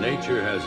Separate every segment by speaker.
Speaker 1: Nature has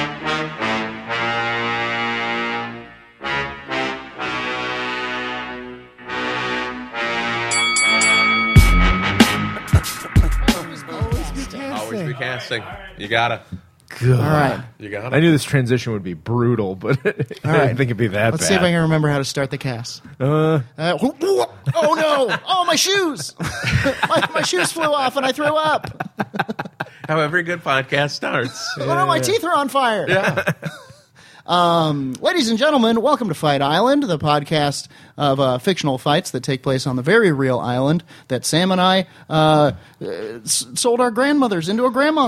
Speaker 2: Always recasting. You gotta.
Speaker 3: All right.
Speaker 2: You gotta.
Speaker 4: I knew this transition would be brutal, but I
Speaker 3: right.
Speaker 4: didn't think it'd be that
Speaker 3: Let's see if I
Speaker 4: bad.
Speaker 3: can remember how to start the cast. Uh, whoop, whoop. oh no! Oh my shoes! my, my shoes flew off and I threw up.
Speaker 2: How every good podcast starts.
Speaker 3: Oh no! My teeth are on fire. Yeah. um, ladies and gentlemen, welcome to Fight Island, the podcast of uh, fictional fights that take place on the very real island that Sam and I uh, uh, s- sold our grandmothers into a grandma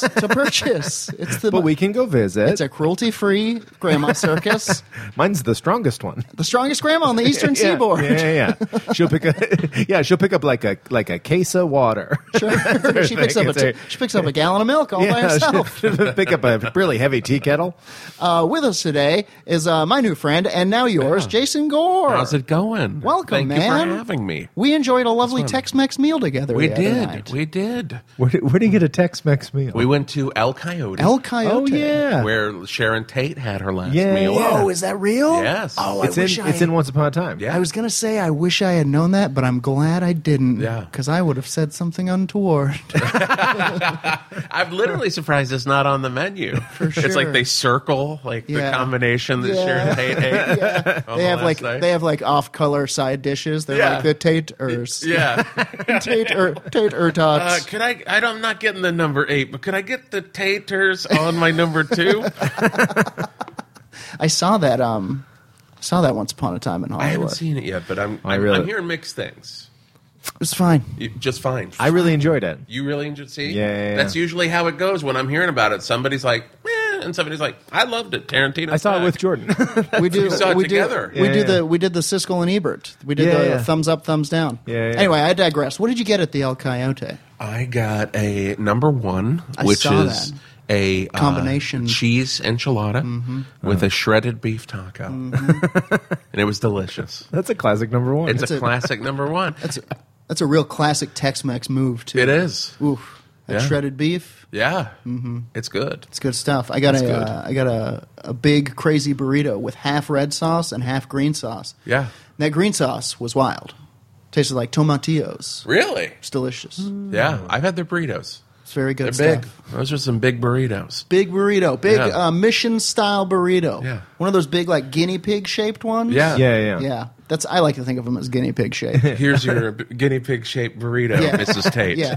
Speaker 3: to purchase. It's the
Speaker 4: but we can go visit.
Speaker 3: it's a cruelty-free grandma circus,
Speaker 4: Mine's the strongest one.
Speaker 3: the strongest grandma on the eastern
Speaker 4: yeah,
Speaker 3: seaboard.
Speaker 4: Yeah, yeah, yeah. She'll pick a yeah, she'll pick up like a like a case of water.
Speaker 3: Sure. she picks
Speaker 4: thing.
Speaker 3: up a
Speaker 4: It's
Speaker 3: t-
Speaker 4: a-
Speaker 3: she picks up a gallon of milk all by herself.
Speaker 4: she'll pick up a really heavy tea kettle.
Speaker 3: Uh, with us today is uh, my new friend and now yours, Jason Gore.
Speaker 2: How's it going? Thank
Speaker 3: Welcome, man.
Speaker 2: you for having me.
Speaker 3: We enjoyed a lovely Tex-Mex meal together.
Speaker 2: We
Speaker 3: the other
Speaker 2: did.
Speaker 3: night.
Speaker 2: We did.
Speaker 4: Where do, where do you get a Tex-Mex meal?
Speaker 2: We went to El Coyote,
Speaker 3: El Coyote.
Speaker 4: oh yeah,
Speaker 2: where Sharon Tate had her last
Speaker 4: Yeah,
Speaker 2: meal.
Speaker 4: yeah.
Speaker 3: Oh, is that real?
Speaker 2: Yes.
Speaker 3: Oh,
Speaker 4: it's
Speaker 3: I
Speaker 4: in
Speaker 3: wish I.
Speaker 4: it's in Once Upon a Time.
Speaker 2: Yeah.
Speaker 3: I was gonna say I wish I had known that, but I'm glad I didn't.
Speaker 2: Yeah.
Speaker 3: Because I would have said something untoward.
Speaker 2: I'm literally surprised it's not on the menu.
Speaker 3: sure.
Speaker 2: It's like they circle like
Speaker 3: Yeah.
Speaker 2: the combination that
Speaker 3: Yeah.
Speaker 2: Sharon Tate ate. on
Speaker 3: they
Speaker 2: the
Speaker 3: have
Speaker 2: last
Speaker 3: like
Speaker 2: night.
Speaker 3: they have like off-color side dishes. They're
Speaker 2: Yeah.
Speaker 3: like the taters.
Speaker 2: yeah.
Speaker 3: Tater tater tots.
Speaker 2: Uh, could I, I? don't- I'm not getting the number eight, but could I get the taters on my number two?
Speaker 3: I saw that. Um, saw that once upon a time in
Speaker 2: I
Speaker 3: Hollywood.
Speaker 2: haven't seen it yet, but I'm
Speaker 4: I
Speaker 2: I'm,
Speaker 4: really-
Speaker 2: I'm hearing mixed things.
Speaker 3: it was fine.
Speaker 2: You, just fine.
Speaker 4: I really enjoyed it.
Speaker 2: you really enjoyed see?
Speaker 4: Yeah, yeah, yeah.
Speaker 2: That's usually how it goes when I'm hearing about it. Somebody's like, eh, and somebody's like, I loved it. Tarantino.
Speaker 4: I saw it with
Speaker 2: George.
Speaker 4: Jordan.
Speaker 3: We do.
Speaker 2: saw it
Speaker 3: we
Speaker 2: together.
Speaker 3: do. We
Speaker 4: Yeah,
Speaker 3: do
Speaker 4: yeah.
Speaker 3: the. We did the Siskel and Ebert. We did
Speaker 4: Yeah,
Speaker 3: the
Speaker 4: yeah.
Speaker 3: thumbs up, thumbs down.
Speaker 4: Yeah, yeah.
Speaker 3: Anyway, I digress. What did you get at the El Coyote?
Speaker 2: I got a number one,
Speaker 3: I
Speaker 2: which
Speaker 3: saw
Speaker 2: is
Speaker 3: that.
Speaker 2: a uh,
Speaker 3: Combination.
Speaker 2: cheese enchilada
Speaker 4: Mm-hmm.
Speaker 2: with a shredded beef taco, and it was delicious.
Speaker 4: That's a classic number one.
Speaker 2: It's, a,
Speaker 3: a-
Speaker 2: classic number one.
Speaker 3: That's a real classic Tex-Mex move too.
Speaker 2: It is.
Speaker 3: Oof. That
Speaker 2: Yeah.
Speaker 3: shredded beef.
Speaker 2: Yeah,
Speaker 4: Mm-hmm.
Speaker 2: it's good.
Speaker 3: It's good stuff. I got
Speaker 2: It's
Speaker 3: a.
Speaker 2: good.
Speaker 3: Uh, I got a, a big crazy burrito with half red sauce and half green sauce.
Speaker 2: Yeah.
Speaker 3: And that green sauce was wild. Tasted like tomatillos.
Speaker 2: Really?
Speaker 3: It's delicious.
Speaker 4: Mm.
Speaker 2: Yeah, I've had their burritos.
Speaker 3: It's very good
Speaker 2: They're big.
Speaker 3: stuff.
Speaker 2: Those are some big burritos.
Speaker 3: Big burrito, big
Speaker 2: Yeah.
Speaker 3: uh, mission style burrito.
Speaker 2: Yeah.
Speaker 3: One of those big like guinea pig shaped ones.
Speaker 2: Yeah.
Speaker 4: yeah, yeah,
Speaker 3: yeah. That's I like to think of them as guinea pig shaped.
Speaker 2: Here's your b- guinea pig shaped burrito,
Speaker 3: Yeah.
Speaker 2: Mrs. Tate.
Speaker 3: yeah.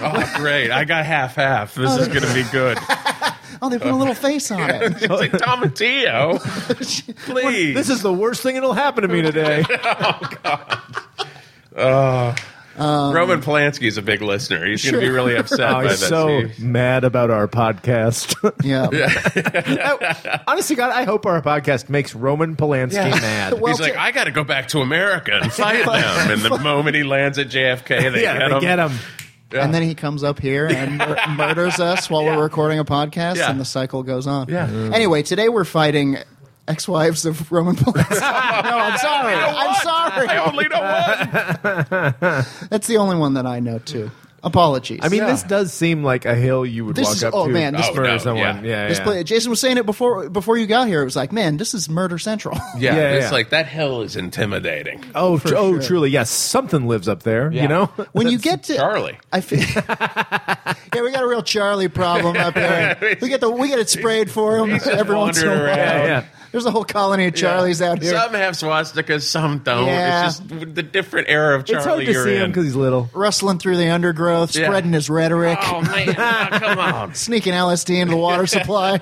Speaker 2: Oh, great. I got half half. This is going to be good.
Speaker 3: Oh, they put a little face on it.
Speaker 2: It's like tomatillo. Please.
Speaker 4: This is the worst thing that'll happen to me today.
Speaker 2: Roman Polanski's a big listener. He's going to be really upset
Speaker 4: Oh,
Speaker 2: by
Speaker 4: he's
Speaker 2: this.
Speaker 4: so mad about our podcast.
Speaker 3: Yeah.
Speaker 4: Honestly, God, I hope our podcast makes Roman Polanski
Speaker 2: Yeah.
Speaker 4: mad.
Speaker 3: Well,
Speaker 2: He's like, I got to go back to America and fight them. And the moment he lands at JFK, they
Speaker 4: yeah,
Speaker 2: get
Speaker 4: they
Speaker 2: him.
Speaker 4: get him.
Speaker 3: And then he comes up here and mur- murders us while we're recording a podcast,
Speaker 2: Yeah.
Speaker 3: and the cycle goes on. Uh,
Speaker 2: Yeah. Mm.
Speaker 3: Anyway, today we're fighting ex-wives of Roman Polanski. no, I'm sorry. I'm sorry.
Speaker 2: I only know one.
Speaker 3: That's the only one that I know too. Apologies.
Speaker 4: I mean,
Speaker 2: Yeah.
Speaker 4: this does seem like a hill you would
Speaker 3: This
Speaker 4: walk
Speaker 3: is-
Speaker 4: up
Speaker 3: oh,
Speaker 4: to
Speaker 3: man, this-
Speaker 4: for
Speaker 2: Oh, no,
Speaker 4: someone.
Speaker 2: yeah.
Speaker 4: Yeah,
Speaker 3: this
Speaker 4: yeah.
Speaker 3: play, Jason was saying it before before you got here. It was like, man, this is Murder Central.
Speaker 2: Yeah,
Speaker 4: Yeah,
Speaker 2: it's
Speaker 4: yeah.
Speaker 2: like that hill is intimidating.
Speaker 4: Oh, tr- oh,
Speaker 3: sure.
Speaker 4: truly, yes. Something lives up there. You
Speaker 2: Yeah.
Speaker 4: know,
Speaker 3: when you get to
Speaker 2: Charlie.
Speaker 3: I feel. yeah, we got a real Charlie problem up here. We get the we get it sprayed for him
Speaker 2: He's just
Speaker 3: every once in a
Speaker 2: wandering
Speaker 3: while.
Speaker 2: around.
Speaker 4: yeah, yeah.
Speaker 3: There's a whole colony of Charlies out here.
Speaker 2: Some have swastikas, some don't.
Speaker 3: Yeah.
Speaker 2: It's just w- the different era of Charlie
Speaker 4: it's hard to
Speaker 2: you're
Speaker 4: see him
Speaker 2: in.
Speaker 4: because he's little.
Speaker 3: Rustling through the undergrowth,
Speaker 2: Yeah.
Speaker 3: spreading his rhetoric,
Speaker 2: oh man, oh, come on.
Speaker 3: sneaking LSD into the water supply.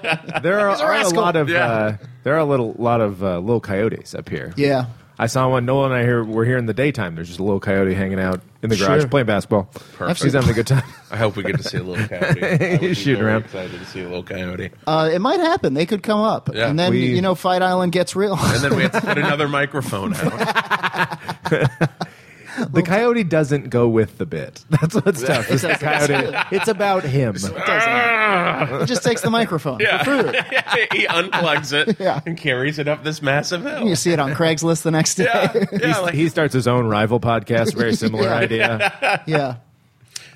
Speaker 4: There are,
Speaker 3: He's a
Speaker 4: are a
Speaker 3: rascal.
Speaker 4: lot of
Speaker 2: Yeah.
Speaker 4: uh, there are a little lot of uh, little coyotes up here.
Speaker 3: Yeah.
Speaker 4: I saw one. Noel and I here were here in the daytime. There's just a little coyote hanging out in the garage
Speaker 3: Sure.
Speaker 4: playing basketball.
Speaker 2: Perfect.
Speaker 4: He's having a good time.
Speaker 2: I hope we get to see a little coyote. I would be
Speaker 4: Shoot
Speaker 2: very
Speaker 4: around.
Speaker 2: Excited to see a little coyote.
Speaker 3: Uh, it might happen. They could come up.
Speaker 2: Yeah.
Speaker 3: and then,
Speaker 4: We-
Speaker 3: you know, Fight Island gets real.
Speaker 2: and then we have to put another microphone out.
Speaker 4: the coyote doesn't go with the bit. That's what's tough. is the coyote. It's about him.
Speaker 2: Ah!
Speaker 3: it just takes the microphone. For free.
Speaker 2: he unplugs it
Speaker 3: Yeah.
Speaker 2: and carries it up this massive hill.
Speaker 3: You see it on Craigslist the next day.
Speaker 2: Yeah, yeah, like,
Speaker 4: He starts his own rival podcast. Very similar
Speaker 3: Yeah.
Speaker 4: idea.
Speaker 3: Yeah.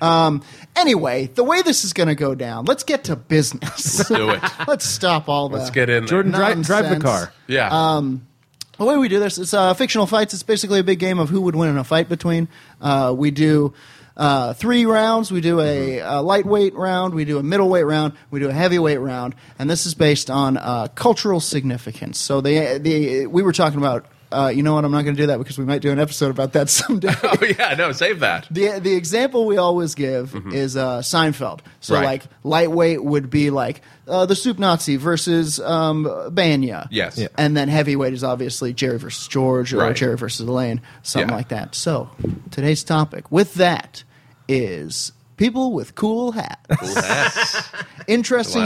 Speaker 3: Um, anyway, the way this is going to go down, let's get to business.
Speaker 2: do it.
Speaker 3: let's stop all that.
Speaker 2: Let's get in there.
Speaker 4: Jordan, drive, drive the
Speaker 3: Nonsense.
Speaker 4: car.
Speaker 2: Yeah.
Speaker 3: um, The way we do this, it's uh, fictional fights. It's basically a big game of who would win in a fight between. Uh, we do uh, three rounds. We do a, uh lightweight round. We do a middleweight round. We do a heavyweight round. And this is based on uh, cultural significance. So the the we were talking about. Uh, you know what? I'm not going to do that because we might do an episode about that someday.
Speaker 2: oh yeah, no, save that.
Speaker 3: The the example we always give is uh, Seinfeld. So
Speaker 2: Mm-hmm. Right.
Speaker 3: like lightweight would be like uh, the Soup Nazi versus um, Banya.
Speaker 2: Yes. Yeah.
Speaker 3: And then heavyweight is obviously Jerry versus George or
Speaker 2: Right.
Speaker 3: Jerry versus Elaine, something
Speaker 2: Yeah.
Speaker 3: like that. So today's topic with that is people with cool hats,
Speaker 2: Yes.
Speaker 3: interesting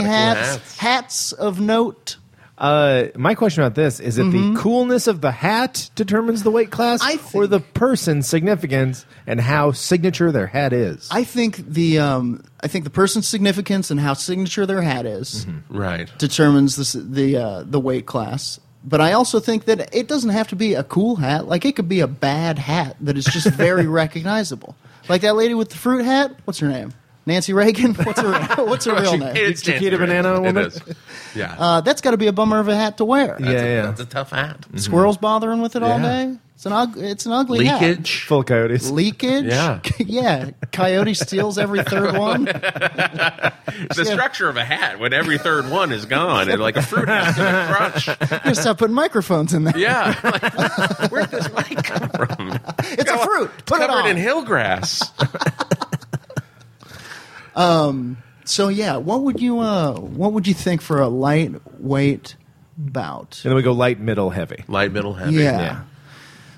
Speaker 2: A lot of cool
Speaker 3: hats,
Speaker 2: hats.
Speaker 3: hats of note.
Speaker 4: Uh, my question about this is: It the coolness of the hat determines the weight class,
Speaker 3: Mm-hmm. I
Speaker 4: or
Speaker 3: think-
Speaker 4: the person's significance and how signature their hat is?
Speaker 3: I think the um, I think the person's significance and how signature their hat
Speaker 2: Mm-hmm.
Speaker 3: is.
Speaker 2: right.
Speaker 3: determines the s- the uh, the weight class. But I also think that it doesn't have to be a cool hat. Like it could be a bad hat that is just very recognizable. Like that lady with the fruit hat. What's her name? Nancy Reagan. What's her What's
Speaker 2: Oh,
Speaker 3: her real name?
Speaker 2: It's
Speaker 4: Chiquita
Speaker 2: Nancy
Speaker 4: Banana
Speaker 2: Reagan.
Speaker 4: Woman?
Speaker 2: It is. Yeah.
Speaker 3: Uh, that's got to be a bummer of a hat to wear.
Speaker 4: yeah,
Speaker 2: That's a-
Speaker 4: yeah.
Speaker 2: That's a tough hat.
Speaker 3: Squirrels bothering with it all
Speaker 4: Yeah.
Speaker 3: day. It's an ug- It's an ugly hat.
Speaker 2: Leakage.
Speaker 4: Full of coyotes.
Speaker 3: Leakage.
Speaker 2: Yeah.
Speaker 3: yeah. Coyote steals every third one.
Speaker 2: The structure of a hat when every third one is gone and like a fruit hat's gonna crush.
Speaker 3: You stop putting microphones in there.
Speaker 2: Yeah. Like, where'd this mic come from?
Speaker 3: It's a fruit. Put it
Speaker 2: Covered
Speaker 3: on.
Speaker 2: in hill grass.
Speaker 3: So yeah, what would you uh, what would you think for a lightweight bout?
Speaker 4: And then we go light, middle, heavy.
Speaker 2: Light middle heavy.
Speaker 3: Yeah.
Speaker 4: Yeah.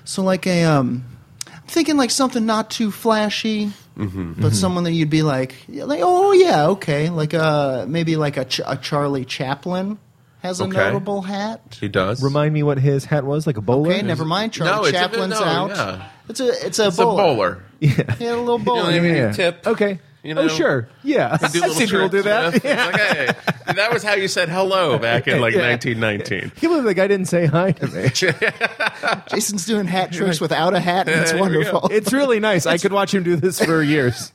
Speaker 3: So like a um, I'm thinking like something not too flashy,
Speaker 2: Mm-hmm.
Speaker 3: but someone that you'd be like, yeah, like oh yeah, okay, like uh maybe like a, Ch- a Charlie Chaplin has a
Speaker 2: Okay.
Speaker 3: notable hat.
Speaker 2: He does.
Speaker 4: Remind me what his hat was like a bowler.
Speaker 3: Okay, never mind.
Speaker 2: No,
Speaker 3: Charlie
Speaker 2: it's a-
Speaker 3: Chaplin's
Speaker 2: no,
Speaker 3: out.
Speaker 2: yeah.
Speaker 3: It's a it's a
Speaker 2: it's a
Speaker 3: bowler.
Speaker 2: bowler.
Speaker 3: Yeah, a little
Speaker 2: You know
Speaker 3: bowler.
Speaker 2: what I mean?
Speaker 4: Yeah.
Speaker 2: Tip.
Speaker 4: Okay.
Speaker 2: You know?
Speaker 4: oh sure. Yeah. I've
Speaker 2: Do little
Speaker 4: seen people do
Speaker 2: tricks,
Speaker 4: that.
Speaker 2: you know? It's like, hey, that was how you said hello back in like
Speaker 4: Yeah.
Speaker 2: 1919.
Speaker 4: Can you believe the guy didn't say hi to me?
Speaker 3: Jason's doing hat tricks without a hat, and it's
Speaker 2: there we go.
Speaker 3: wonderful.
Speaker 4: It's really nice. I could watch him do this for years.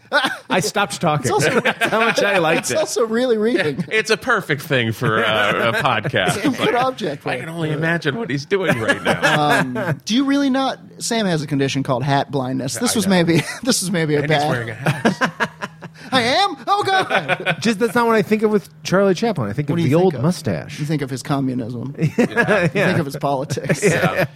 Speaker 4: I stopped talking.
Speaker 3: also-
Speaker 4: That's how much I liked
Speaker 3: It's
Speaker 4: it.
Speaker 3: also really reading.
Speaker 2: It's a perfect thing for uh, a podcast.
Speaker 3: It's a good object.
Speaker 2: I
Speaker 3: right?
Speaker 2: can only imagine what he's doing right now.
Speaker 3: Do you really not? Sam has a condition called hat blindness. This
Speaker 2: I
Speaker 3: was
Speaker 2: know.
Speaker 3: maybe this was maybe a
Speaker 2: and he's wearing
Speaker 3: bad.
Speaker 2: a hat.
Speaker 3: I am. Oh god!
Speaker 4: Just that's not what I think of with Charlie Chaplin. I think
Speaker 3: What
Speaker 4: of
Speaker 3: do you
Speaker 4: the
Speaker 3: think
Speaker 4: old
Speaker 3: of?
Speaker 4: mustache.
Speaker 3: You think of his communism. You think of his politics.
Speaker 2: Yeah.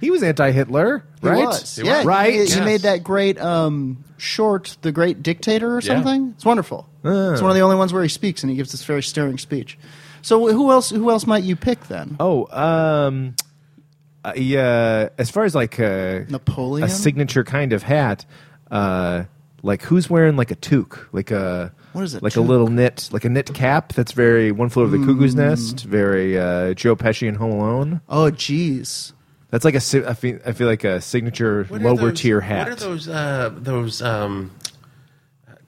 Speaker 4: He was anti-Hitler,
Speaker 3: He
Speaker 4: right?
Speaker 3: was.
Speaker 2: He
Speaker 3: yeah,
Speaker 2: was.
Speaker 4: Right?
Speaker 3: He, he
Speaker 2: Yes.
Speaker 3: made that great um, short, "The Great Dictator" or
Speaker 2: Yeah.
Speaker 3: something. It's wonderful.
Speaker 4: Uh.
Speaker 3: It's one of the only ones where he speaks and he gives this very stirring speech. So who else? Who else might you pick then?
Speaker 4: Oh, um, uh, yeah. As far as like a
Speaker 3: Napoleon?
Speaker 4: a signature kind of hat, uh, like who's wearing like a toque, like a
Speaker 3: What is a
Speaker 4: like
Speaker 3: toque? Hmm.
Speaker 4: a little knit, like a knit cap that's very one flew over the cuckoo's nest, very uh, Joe Pesci and Home Alone.
Speaker 3: Oh, jeez.
Speaker 4: That's like a si- I feel, I feel like a signature
Speaker 2: What are
Speaker 4: lower
Speaker 2: those-
Speaker 4: tier hat.
Speaker 2: What are those? Uh, those um,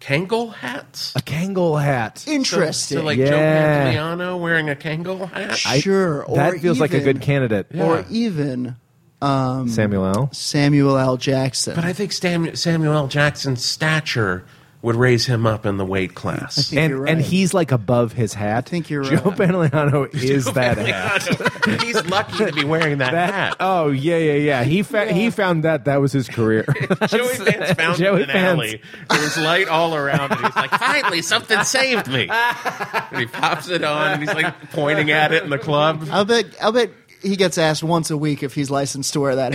Speaker 2: Kangol hats.
Speaker 4: A Kangol hat.
Speaker 3: Interesting.
Speaker 2: So, so like Joe
Speaker 4: Yeah.
Speaker 2: Pantoliano wearing a Kangol hat.
Speaker 4: I-
Speaker 3: sure. or
Speaker 4: that feels like a
Speaker 3: even-
Speaker 4: good candidate.
Speaker 3: Or
Speaker 2: Yeah.
Speaker 3: even
Speaker 4: Samuel L.
Speaker 3: Samuel L. Jackson.
Speaker 2: but I think Sam, Samuel L. Jackson's stature would raise him up in the weight class.
Speaker 3: think
Speaker 4: and
Speaker 3: you're
Speaker 4: and
Speaker 3: right.
Speaker 4: he's like above his hat. I
Speaker 3: think you're
Speaker 4: Joe
Speaker 3: right.
Speaker 4: Pantoliano is that hat.
Speaker 2: He's lucky to be wearing that, hat.
Speaker 4: Oh yeah, yeah, yeah. He fa- he found that that was his career.
Speaker 2: Joey Vance found
Speaker 4: Joey
Speaker 2: him in an
Speaker 4: Vance.
Speaker 2: alley. There was light all around, and he's like, "Finally, something saved me." And he pops it on, and he's like pointing at it in the club.
Speaker 3: I'll bet. I'll bet he gets asked once a week if he's licensed to wear that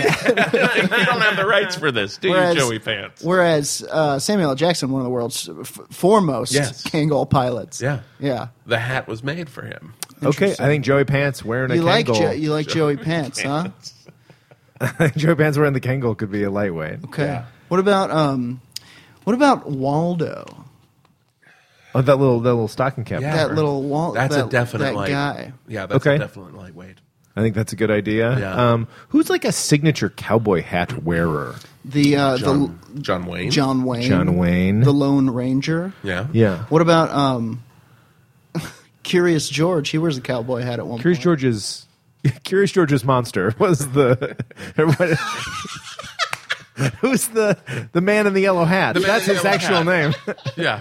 Speaker 3: hat.
Speaker 2: you don't have the rights for this, do
Speaker 3: Whereas-
Speaker 2: you, Joey Pants?
Speaker 3: Whereas uh, Samuel L. Jackson, one of the world's f- foremost
Speaker 2: Yes.
Speaker 3: Kangol pilots.
Speaker 2: Yeah.
Speaker 3: Yeah.
Speaker 2: The hat was made for him.
Speaker 4: okay, I think Joey Pants wearing
Speaker 3: You
Speaker 4: a
Speaker 3: like jo-
Speaker 4: Kangol.
Speaker 3: you like Joey Pants, huh?
Speaker 4: Joey Pants wearing the Kangol could be a lightweight.
Speaker 3: Okay. What about um, what about Waldo?
Speaker 4: Oh, that little that little stocking cap.
Speaker 2: Yeah.
Speaker 3: That little Waldo.
Speaker 2: That's
Speaker 3: that,
Speaker 2: a definite
Speaker 3: that
Speaker 2: light.
Speaker 3: guy.
Speaker 2: Yeah, that's
Speaker 4: Okay.
Speaker 2: a definite lightweight.
Speaker 4: I think that's a good idea.
Speaker 2: Yeah.
Speaker 4: Um, who's like a signature cowboy hat wearer?
Speaker 3: The uh,
Speaker 2: John, Um, John Wayne.
Speaker 3: the John Wayne.
Speaker 4: John Wayne.
Speaker 3: The Lone Ranger.
Speaker 2: Yeah.
Speaker 4: yeah.
Speaker 3: What about um, Curious George? He wears a cowboy hat at one
Speaker 4: Curious
Speaker 3: point.
Speaker 4: George's Curious George's monster was the what- who's the the man in the yellow hat.
Speaker 2: The man
Speaker 4: That's
Speaker 2: in the
Speaker 4: his
Speaker 2: yellow
Speaker 4: actual
Speaker 2: hat.
Speaker 4: name.
Speaker 2: Yeah.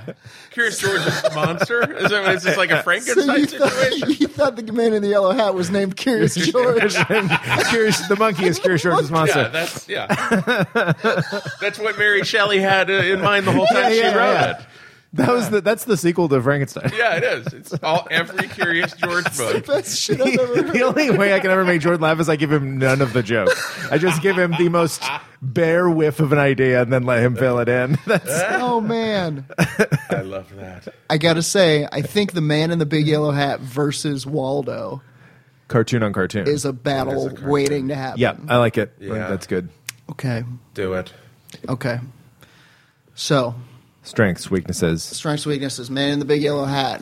Speaker 2: Curious George's monster? Is that is this like a
Speaker 3: So
Speaker 2: Frankenstein
Speaker 3: you thought,
Speaker 2: situation?
Speaker 3: you thought the man in the yellow hat was named Curious George?
Speaker 4: Curious, the monkey is Curious George's
Speaker 2: Yeah,
Speaker 4: monster.
Speaker 2: that's yeah. that's what Mary Shelley had uh, in mind the whole time she
Speaker 4: yeah,
Speaker 2: wrote
Speaker 4: yeah.
Speaker 2: it.
Speaker 4: That was the that's the sequel to Frankenstein.
Speaker 2: Yeah, it is. It's all every Curious George book.
Speaker 3: Best shit I've ever heard.
Speaker 4: the only way I can ever make Jordan laugh is I give him none of the joke. I just give him the most bare whiff of an idea and then let him fill it in. That's
Speaker 3: Oh man!
Speaker 2: I love that.
Speaker 3: I gotta say, I think the man in the big yellow hat versus Waldo
Speaker 4: cartoon on cartoon.
Speaker 3: is a battle
Speaker 2: There's a cartoon.
Speaker 3: waiting to happen.
Speaker 4: yeah, I like it. I think
Speaker 2: Yeah.
Speaker 4: that's good.
Speaker 3: Okay.
Speaker 2: Do it.
Speaker 3: Okay. So
Speaker 4: Strengths, weaknesses.
Speaker 3: strengths, weaknesses. Man in the big yellow hat.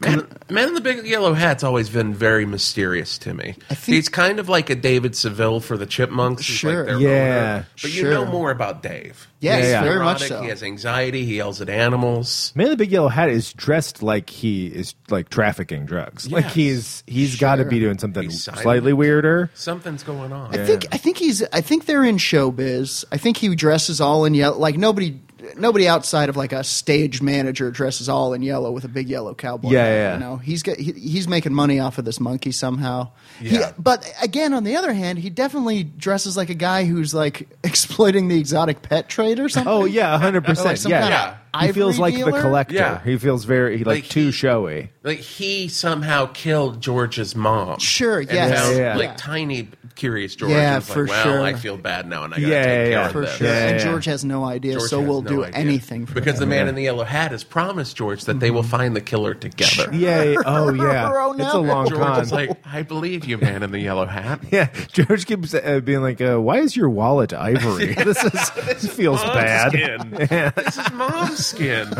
Speaker 2: Man, Man in the Big Yellow Hat's always been very mysterious to me.
Speaker 3: I think-
Speaker 2: He's kind of like a David Seville for the Chipmunks. He's
Speaker 3: Sure.
Speaker 2: Like their
Speaker 4: Yeah.
Speaker 2: owner. But you know
Speaker 3: Sure.
Speaker 2: more about Dave.
Speaker 3: Yes,
Speaker 4: Yeah, yeah.
Speaker 3: very much
Speaker 2: Neurotic,
Speaker 3: so.
Speaker 2: He has anxiety. He yells at animals.
Speaker 4: Man in the big yellow hat is dressed like he is like trafficking drugs. Like
Speaker 2: Yes.
Speaker 4: he's he's got to
Speaker 3: Sure.
Speaker 4: be doing something
Speaker 2: He's silent.
Speaker 4: slightly weirder.
Speaker 2: Something's going on.
Speaker 3: I think I think he's I think they're in showbiz. I think he dresses all in yellow. Like nobody nobody outside of like a stage manager dresses all in yellow with a big yellow cowboy.
Speaker 4: Yeah,
Speaker 3: hat,
Speaker 4: yeah.
Speaker 3: You know, he's got he, he's making money off of this monkey somehow. He-
Speaker 2: Yeah.
Speaker 3: but again, on the other hand, he definitely dresses like a guy who's like exploiting the exotic pet trade or something.
Speaker 4: Oh yeah, hundred
Speaker 3: Like
Speaker 4: percent.
Speaker 3: some
Speaker 4: Yeah,
Speaker 3: kind
Speaker 2: of
Speaker 4: he feels
Speaker 3: ivory
Speaker 4: like
Speaker 3: dealer?
Speaker 4: the collector.
Speaker 2: Yeah.
Speaker 4: He feels very he, like,
Speaker 2: Like,
Speaker 4: too
Speaker 2: he-
Speaker 4: showy.
Speaker 2: Like he somehow killed George's mom.
Speaker 3: Sure,
Speaker 2: And
Speaker 3: yes.
Speaker 2: found,
Speaker 4: Yeah, yeah.
Speaker 2: Like tiny curious George. and
Speaker 3: Yeah,
Speaker 2: was
Speaker 3: for
Speaker 2: like, well,
Speaker 3: sure.
Speaker 2: I feel bad now, and I gotta
Speaker 4: Yeah,
Speaker 2: take
Speaker 4: yeah,
Speaker 2: care
Speaker 4: yeah.
Speaker 2: of
Speaker 3: for
Speaker 2: this.
Speaker 3: sure.
Speaker 4: Yeah,
Speaker 3: and
Speaker 4: yeah,
Speaker 3: George has no idea,
Speaker 2: George
Speaker 3: so
Speaker 2: has
Speaker 3: we'll
Speaker 2: no
Speaker 3: do
Speaker 2: idea.
Speaker 3: anything for
Speaker 2: because
Speaker 3: him. Mm-hmm.
Speaker 2: the man in the yellow hat has promised George that they will find the killer together.
Speaker 4: Yeah. yeah. Oh yeah.
Speaker 3: Oh,
Speaker 4: It's a
Speaker 3: no.
Speaker 4: long
Speaker 2: George
Speaker 4: con.
Speaker 2: is like, I believe you, man in the yellow hat.
Speaker 4: yeah. George keeps uh, being like, uh, "Why is your wallet ivory? this is this feels
Speaker 2: mom's
Speaker 4: bad."
Speaker 2: Skin. This is mom's skin.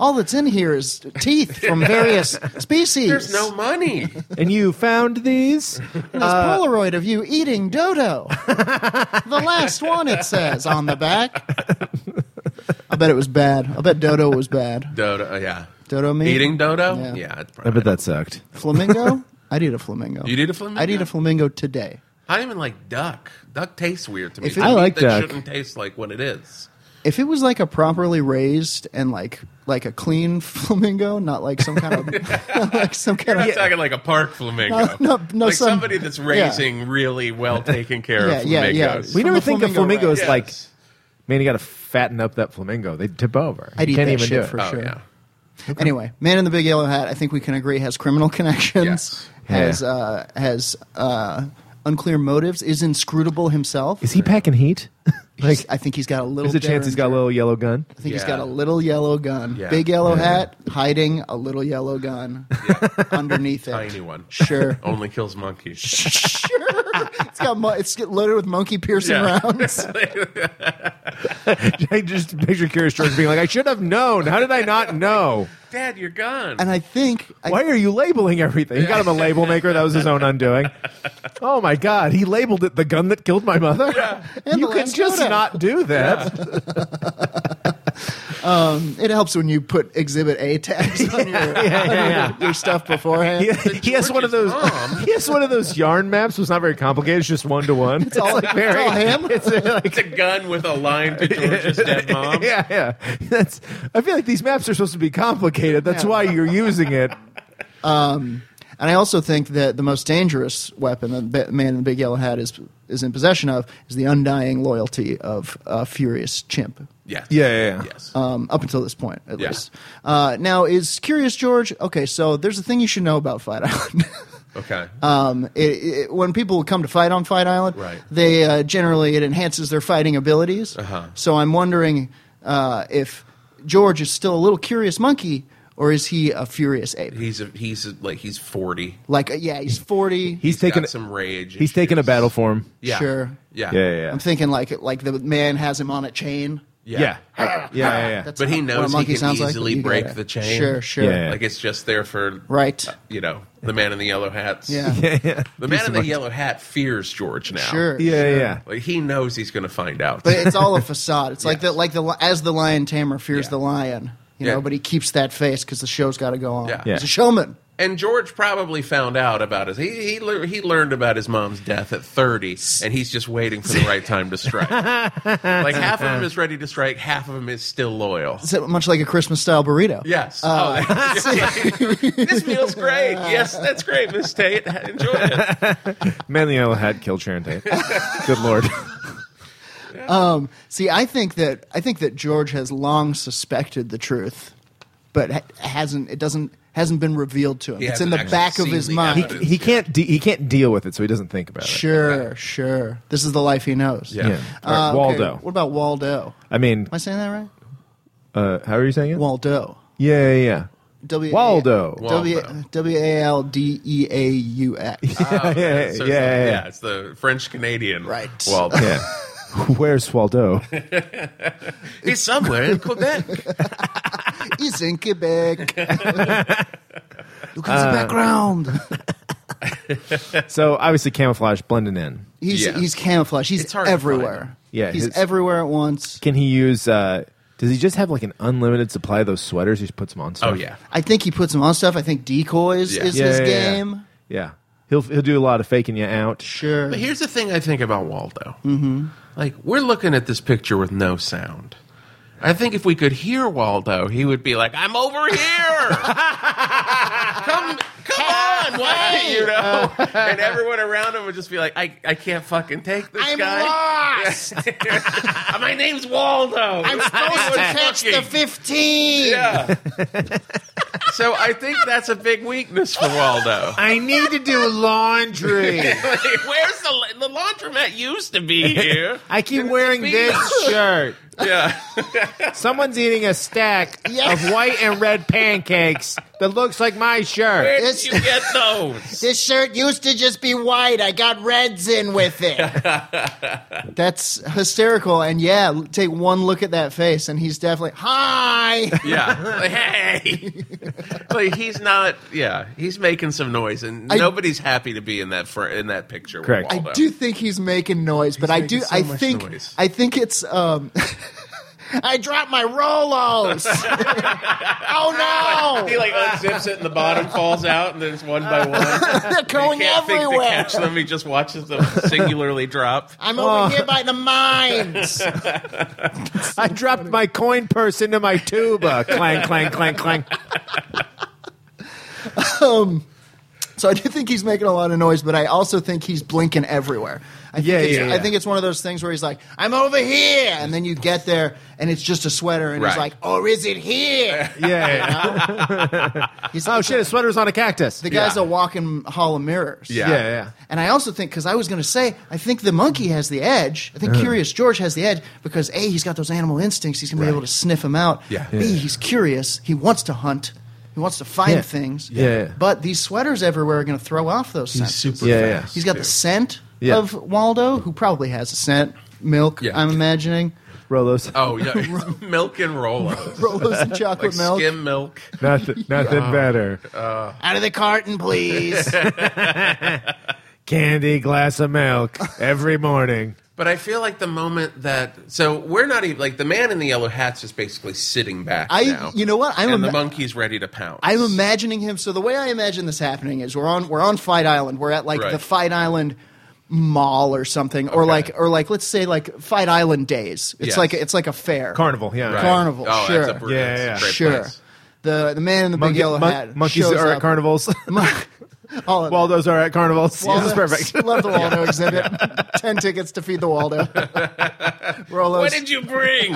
Speaker 3: All that's in here is teeth from various species.
Speaker 2: There's no money.
Speaker 4: And you found these?
Speaker 3: This
Speaker 2: Uh,
Speaker 3: Polaroid of you eating dodo. the last one, it says on the back. I bet it was bad. I bet dodo was bad.
Speaker 2: Dodo, uh, yeah.
Speaker 3: Dodo meat?
Speaker 2: Eating dodo?
Speaker 3: Yeah.
Speaker 2: Yeah. it's
Speaker 4: I
Speaker 2: probably-
Speaker 4: bet that sucked.
Speaker 3: Flamingo? I'd eat a flamingo.
Speaker 2: You'd eat a flamingo?
Speaker 3: I'd eat a flamingo today.
Speaker 2: I don't even like duck. Duck tastes weird to me. It's
Speaker 3: If it-
Speaker 2: a
Speaker 3: I
Speaker 2: meat
Speaker 4: like
Speaker 2: that
Speaker 4: duck.
Speaker 2: shouldn't taste like what it is.
Speaker 3: If it was like a properly raised and like like a clean flamingo, not like some kind of like some kind
Speaker 2: I'm
Speaker 3: of
Speaker 2: talking like a park flamingo.
Speaker 3: No, no, no,
Speaker 2: like
Speaker 3: some-
Speaker 2: somebody that's raising really well taken care
Speaker 3: Yeah,
Speaker 2: of
Speaker 3: yeah,
Speaker 2: flamingos.
Speaker 3: yeah.
Speaker 4: We
Speaker 3: From
Speaker 4: never
Speaker 3: a
Speaker 4: think of
Speaker 3: flamingo
Speaker 4: flamingos
Speaker 3: rack.
Speaker 4: like,
Speaker 2: Yes.
Speaker 4: man, you got to fatten up that flamingo. They tip over.
Speaker 3: I'd
Speaker 4: You
Speaker 3: eat
Speaker 4: can't
Speaker 3: that
Speaker 4: even
Speaker 3: shit
Speaker 4: do it.
Speaker 3: for
Speaker 2: Oh,
Speaker 3: sure.
Speaker 2: yeah.
Speaker 3: Anyway, Man in the Big Yellow Hat, I think we can agree has criminal connections,
Speaker 2: Yes.
Speaker 3: has
Speaker 4: Yeah.
Speaker 3: uh, has uh, unclear motives, is inscrutable himself.
Speaker 4: Is he packing heat? like,
Speaker 3: I think he's got a little.
Speaker 4: there's a chance he's got a little yellow gun.
Speaker 3: I think he's
Speaker 2: Yeah.
Speaker 3: got a little yellow gun.
Speaker 2: Yeah.
Speaker 3: Big yellow hat hiding a little yellow gun underneath it.
Speaker 2: Tiny one.
Speaker 3: Sure.
Speaker 2: Only kills monkeys.
Speaker 3: sure. It's got mo- it's get loaded with monkey piercing
Speaker 2: Yeah.
Speaker 3: rounds.
Speaker 4: I just picture Curious George being like, I should have known. How did I not know?
Speaker 2: Dad, you're gone.
Speaker 3: And I think I,
Speaker 4: Why are you labeling everything? He got him a label maker. That was his own undoing. Oh my God. He labeled it the gun that killed my mother.
Speaker 3: And
Speaker 4: You
Speaker 3: the
Speaker 4: could
Speaker 3: last
Speaker 4: just
Speaker 3: photo.
Speaker 4: not do that.
Speaker 3: Um, it helps when you put Exhibit A tags on your, on your- your stuff beforehand.
Speaker 4: He, he has one of those. He has one of those yarn maps. It's not very complicated. It's just one to one. It's
Speaker 3: all- it's all him?
Speaker 4: It's uh, like
Speaker 2: It's a gun with a line to George's dead mom.
Speaker 4: yeah, yeah. That's. I feel like these maps are supposed to be complicated. That's why you're using it.
Speaker 3: And I also think that the most dangerous weapon that the man in the big yellow hat is is in possession of is the undying loyalty of a furious chimp.
Speaker 2: Yes.
Speaker 4: Yeah, yeah, yeah.
Speaker 2: Yes.
Speaker 3: Um, up until this point, at
Speaker 2: Yeah.
Speaker 3: least. Uh, now, is Curious George okay? So there's a thing you should know about Fight Island.
Speaker 2: okay.
Speaker 3: um, it, it, when people come to fight on Fight Island,
Speaker 2: Right.
Speaker 3: they uh, generally it enhances their fighting abilities. Uh-huh. So I'm wondering uh, if George is still a little curious monkey, or is he a furious ape?
Speaker 2: he's a, he's a, like he's forty.
Speaker 3: like, uh, yeah, he's forty.
Speaker 4: He's, taking.
Speaker 2: got some rage.
Speaker 4: he's taking a battle form.
Speaker 2: Yeah.
Speaker 3: Sure.
Speaker 2: Yeah.
Speaker 4: Yeah, yeah, yeah.
Speaker 3: I'm thinking like like the man has him on a chain.
Speaker 2: Yeah.
Speaker 4: yeah, yeah. yeah, yeah.
Speaker 3: That's
Speaker 2: But he
Speaker 3: what a
Speaker 2: knows he
Speaker 3: monkey
Speaker 2: can
Speaker 3: sounds like,
Speaker 2: easily
Speaker 3: but you
Speaker 2: break
Speaker 3: gotta-
Speaker 2: the chain. Uh,
Speaker 3: Sure, sure.
Speaker 4: Yeah.
Speaker 2: Like it's just there for
Speaker 3: Right.
Speaker 2: you know, the man in the yellow hats.
Speaker 3: Yeah.
Speaker 2: The man in the yellow hat fears George now.
Speaker 3: Sure.
Speaker 4: yeah, yeah.
Speaker 2: Like he knows he's going to find out.
Speaker 3: But it's all a facade. It's like the like the li- as the lion tamer fears
Speaker 2: Yeah.
Speaker 3: the lion, you
Speaker 2: Yeah.
Speaker 3: know, but he keeps that face cuz the show's got to go on.
Speaker 2: Yeah.
Speaker 4: Yeah.
Speaker 3: He's a showman.
Speaker 2: and George probably found out about his. He he lear- he learned about his mom's death at 30 and he's just waiting for the right time to strike. like half of him is ready to strike, half of him is still loyal.
Speaker 3: It's much like a Christmas style burrito.
Speaker 2: Yes.
Speaker 3: Uh,
Speaker 2: Oh, that's just like, this feels great. Yes, that's great, Miss Tate. Enjoy it.
Speaker 4: Man, the yellow hat killed Sharon Tate. Good lord.
Speaker 3: See, I think that I think that George has long suspected the truth, but ha- hasn't it doesn't hasn't been revealed to him.
Speaker 2: He
Speaker 3: it's in
Speaker 2: hasn't
Speaker 3: the
Speaker 2: actually
Speaker 3: back of
Speaker 2: seen
Speaker 3: his
Speaker 2: the
Speaker 3: mind.
Speaker 2: evidence.
Speaker 4: He can't. De- he can't deal with it, so he doesn't think about it.
Speaker 3: Sure, sure. This is the life he knows.
Speaker 2: Yeah.
Speaker 4: Yeah. All right,
Speaker 3: Uh, okay,
Speaker 4: Waldo.
Speaker 3: What about Waldo?
Speaker 4: I mean,
Speaker 3: Am I saying that right?
Speaker 4: uh, how are you saying it?
Speaker 3: Waldo.
Speaker 4: yeah, yeah, yeah.
Speaker 3: W-
Speaker 4: Waldo.
Speaker 3: W
Speaker 2: Waldo.
Speaker 3: W A L D E A U X.
Speaker 2: Oh,
Speaker 4: yeah,
Speaker 2: so it's
Speaker 4: yeah,
Speaker 2: the-
Speaker 4: yeah, yeah.
Speaker 2: It's the French Canadian.
Speaker 3: Right.
Speaker 2: Well,
Speaker 4: Yeah. Where's Waldo?
Speaker 2: he's somewhere in Quebec.
Speaker 3: He's in Quebec. Look at the
Speaker 4: Uh,
Speaker 3: background.
Speaker 4: so obviously camouflage blending in.
Speaker 3: He's
Speaker 2: yeah.
Speaker 3: he's camouflaged. He's
Speaker 2: It's hard to find
Speaker 3: everywhere.
Speaker 2: him.
Speaker 4: Yeah,
Speaker 3: he's
Speaker 4: his-
Speaker 3: everywhere at once.
Speaker 4: Can he use? uh Does he just have like an unlimited supply of those sweaters? He just puts them on.
Speaker 2: Oh
Speaker 4: Stuff?
Speaker 2: yeah.
Speaker 3: I think he puts him on stuff. I think decoys
Speaker 2: Yeah.
Speaker 3: is
Speaker 4: Yeah,
Speaker 3: his
Speaker 4: yeah, yeah.
Speaker 3: game.
Speaker 4: Yeah. He'll he'll do a lot of faking you out.
Speaker 3: Sure.
Speaker 2: But here's the thing I think about Waldo. Mm-hmm. Like, we're looking at this picture with no sound. I think if we could hear Waldo, he would be like, I'm over here! come come on! Why? You know? and everyone around him would just be like, I, I can't fucking take this
Speaker 3: I'm
Speaker 2: guy.
Speaker 3: lost.
Speaker 2: My name's Waldo!
Speaker 3: I'm supposed to catch the fifteen.
Speaker 2: Yeah. so I think that's a big weakness for Waldo.
Speaker 4: I need to do laundry.
Speaker 2: Like, Where's the, la- the laundromat used to be here?
Speaker 4: I keep wearing
Speaker 2: this
Speaker 4: shirt.
Speaker 2: yeah.
Speaker 4: Someone's eating a stack
Speaker 3: Yeah. of
Speaker 4: white and red pancakes that looks like my shirt.
Speaker 2: Where did you get those?
Speaker 3: This shirt used to just be white. I got reds in with it. That's hysterical. And yeah, l- take one look at that face, and he's definitely, hi.
Speaker 2: Yeah. Like, hey. like he's not. Yeah, he's making some noise, and
Speaker 3: I-
Speaker 2: nobody's happy to be in that fr- in that picture.
Speaker 4: Correct.
Speaker 2: With
Speaker 3: I
Speaker 2: Waldo.
Speaker 3: do think he's making noise, but I do.
Speaker 2: making so
Speaker 3: I
Speaker 2: much
Speaker 3: think.
Speaker 2: noise.
Speaker 3: I think it's. um I dropped my Rolos. oh
Speaker 2: He like unzips it, and the bottom falls out, and then it's one by one.
Speaker 3: no! They're going
Speaker 2: he can't think to
Speaker 3: everywhere.
Speaker 2: catch Oh. them. He just watches them singularly drop.
Speaker 3: I'm over here by the mines.
Speaker 4: I dropped my coin purse into my tuba. clang, clang, clang, clang.
Speaker 3: So I do think he's making a lot of noise, but I also think he's blinking everywhere. I think
Speaker 4: Yeah,
Speaker 3: it's,
Speaker 4: yeah, yeah.
Speaker 3: I think it's one of those things where he's like, "I'm over here," and then you get there, and it's just a sweater, and he's
Speaker 2: Right.
Speaker 3: like, "Or is it here?"
Speaker 4: Yeah. yeah.
Speaker 3: He's
Speaker 4: Oh
Speaker 3: like,
Speaker 4: shit! A sweater's on a cactus.
Speaker 3: The guy's
Speaker 2: Yeah.
Speaker 3: a walking hall of mirrors.
Speaker 2: Yeah.
Speaker 4: yeah, yeah.
Speaker 3: And I also think, because I was going to say, I think the monkey has the edge. I think
Speaker 4: Uh-huh.
Speaker 3: Curious George has the edge because A, he's got those animal instincts. He's going to be able to sniff them out.
Speaker 2: Yeah.
Speaker 3: B, he's curious. He wants to hunt. He wants to find
Speaker 4: Yeah.
Speaker 3: things.
Speaker 4: Yeah.
Speaker 3: But these sweaters everywhere are going to throw off those
Speaker 2: He's
Speaker 3: scents.
Speaker 2: super
Speaker 4: Yeah, yeah.
Speaker 2: fast.
Speaker 3: He's got
Speaker 2: too.
Speaker 3: the scent
Speaker 4: Yeah.
Speaker 3: of Waldo, who probably has a scent. Milk,
Speaker 2: Yeah.
Speaker 3: I'm imagining.
Speaker 4: Rolos.
Speaker 2: Oh yeah, milk and Rolos.
Speaker 3: Rolos and
Speaker 2: Like
Speaker 3: chocolate milk.
Speaker 2: skim milk.
Speaker 4: Nothing, nothing better.
Speaker 3: Out of the carton, please.
Speaker 4: Candy glass of milk every morning.
Speaker 2: But I feel like the moment that so we're not even like the man in the yellow hat's just basically sitting back.
Speaker 3: I-
Speaker 2: now,
Speaker 3: you know what? I'm
Speaker 2: and
Speaker 3: ima-
Speaker 2: the monkey's ready to pounce.
Speaker 3: I'm imagining him. So the way I imagine this happening is we're on we're on Fight Island. We're at like
Speaker 2: Right.
Speaker 3: the Fight Island mall or something, or
Speaker 2: Okay.
Speaker 3: like or like let's say like Fight Island days. It's
Speaker 2: Yes.
Speaker 3: like it's like a fair
Speaker 4: Carnival, yeah.
Speaker 2: Right.
Speaker 3: Carnival,
Speaker 2: Oh,
Speaker 3: sure.
Speaker 2: that's a,
Speaker 4: Yeah,
Speaker 2: yeah,
Speaker 4: yeah, yeah.
Speaker 2: Great
Speaker 3: sure.
Speaker 2: Place.
Speaker 3: The the man in the big yellow
Speaker 4: mon-
Speaker 3: hat.
Speaker 4: monkeys
Speaker 3: shows
Speaker 4: are at
Speaker 3: up.
Speaker 4: carnivals.
Speaker 3: All of
Speaker 4: Waldos are at carnivals.
Speaker 3: Waldo-
Speaker 4: This is perfect.
Speaker 3: Love the Waldo exhibit. Ten tickets to feed the Waldo. Rolos.
Speaker 2: What did you bring?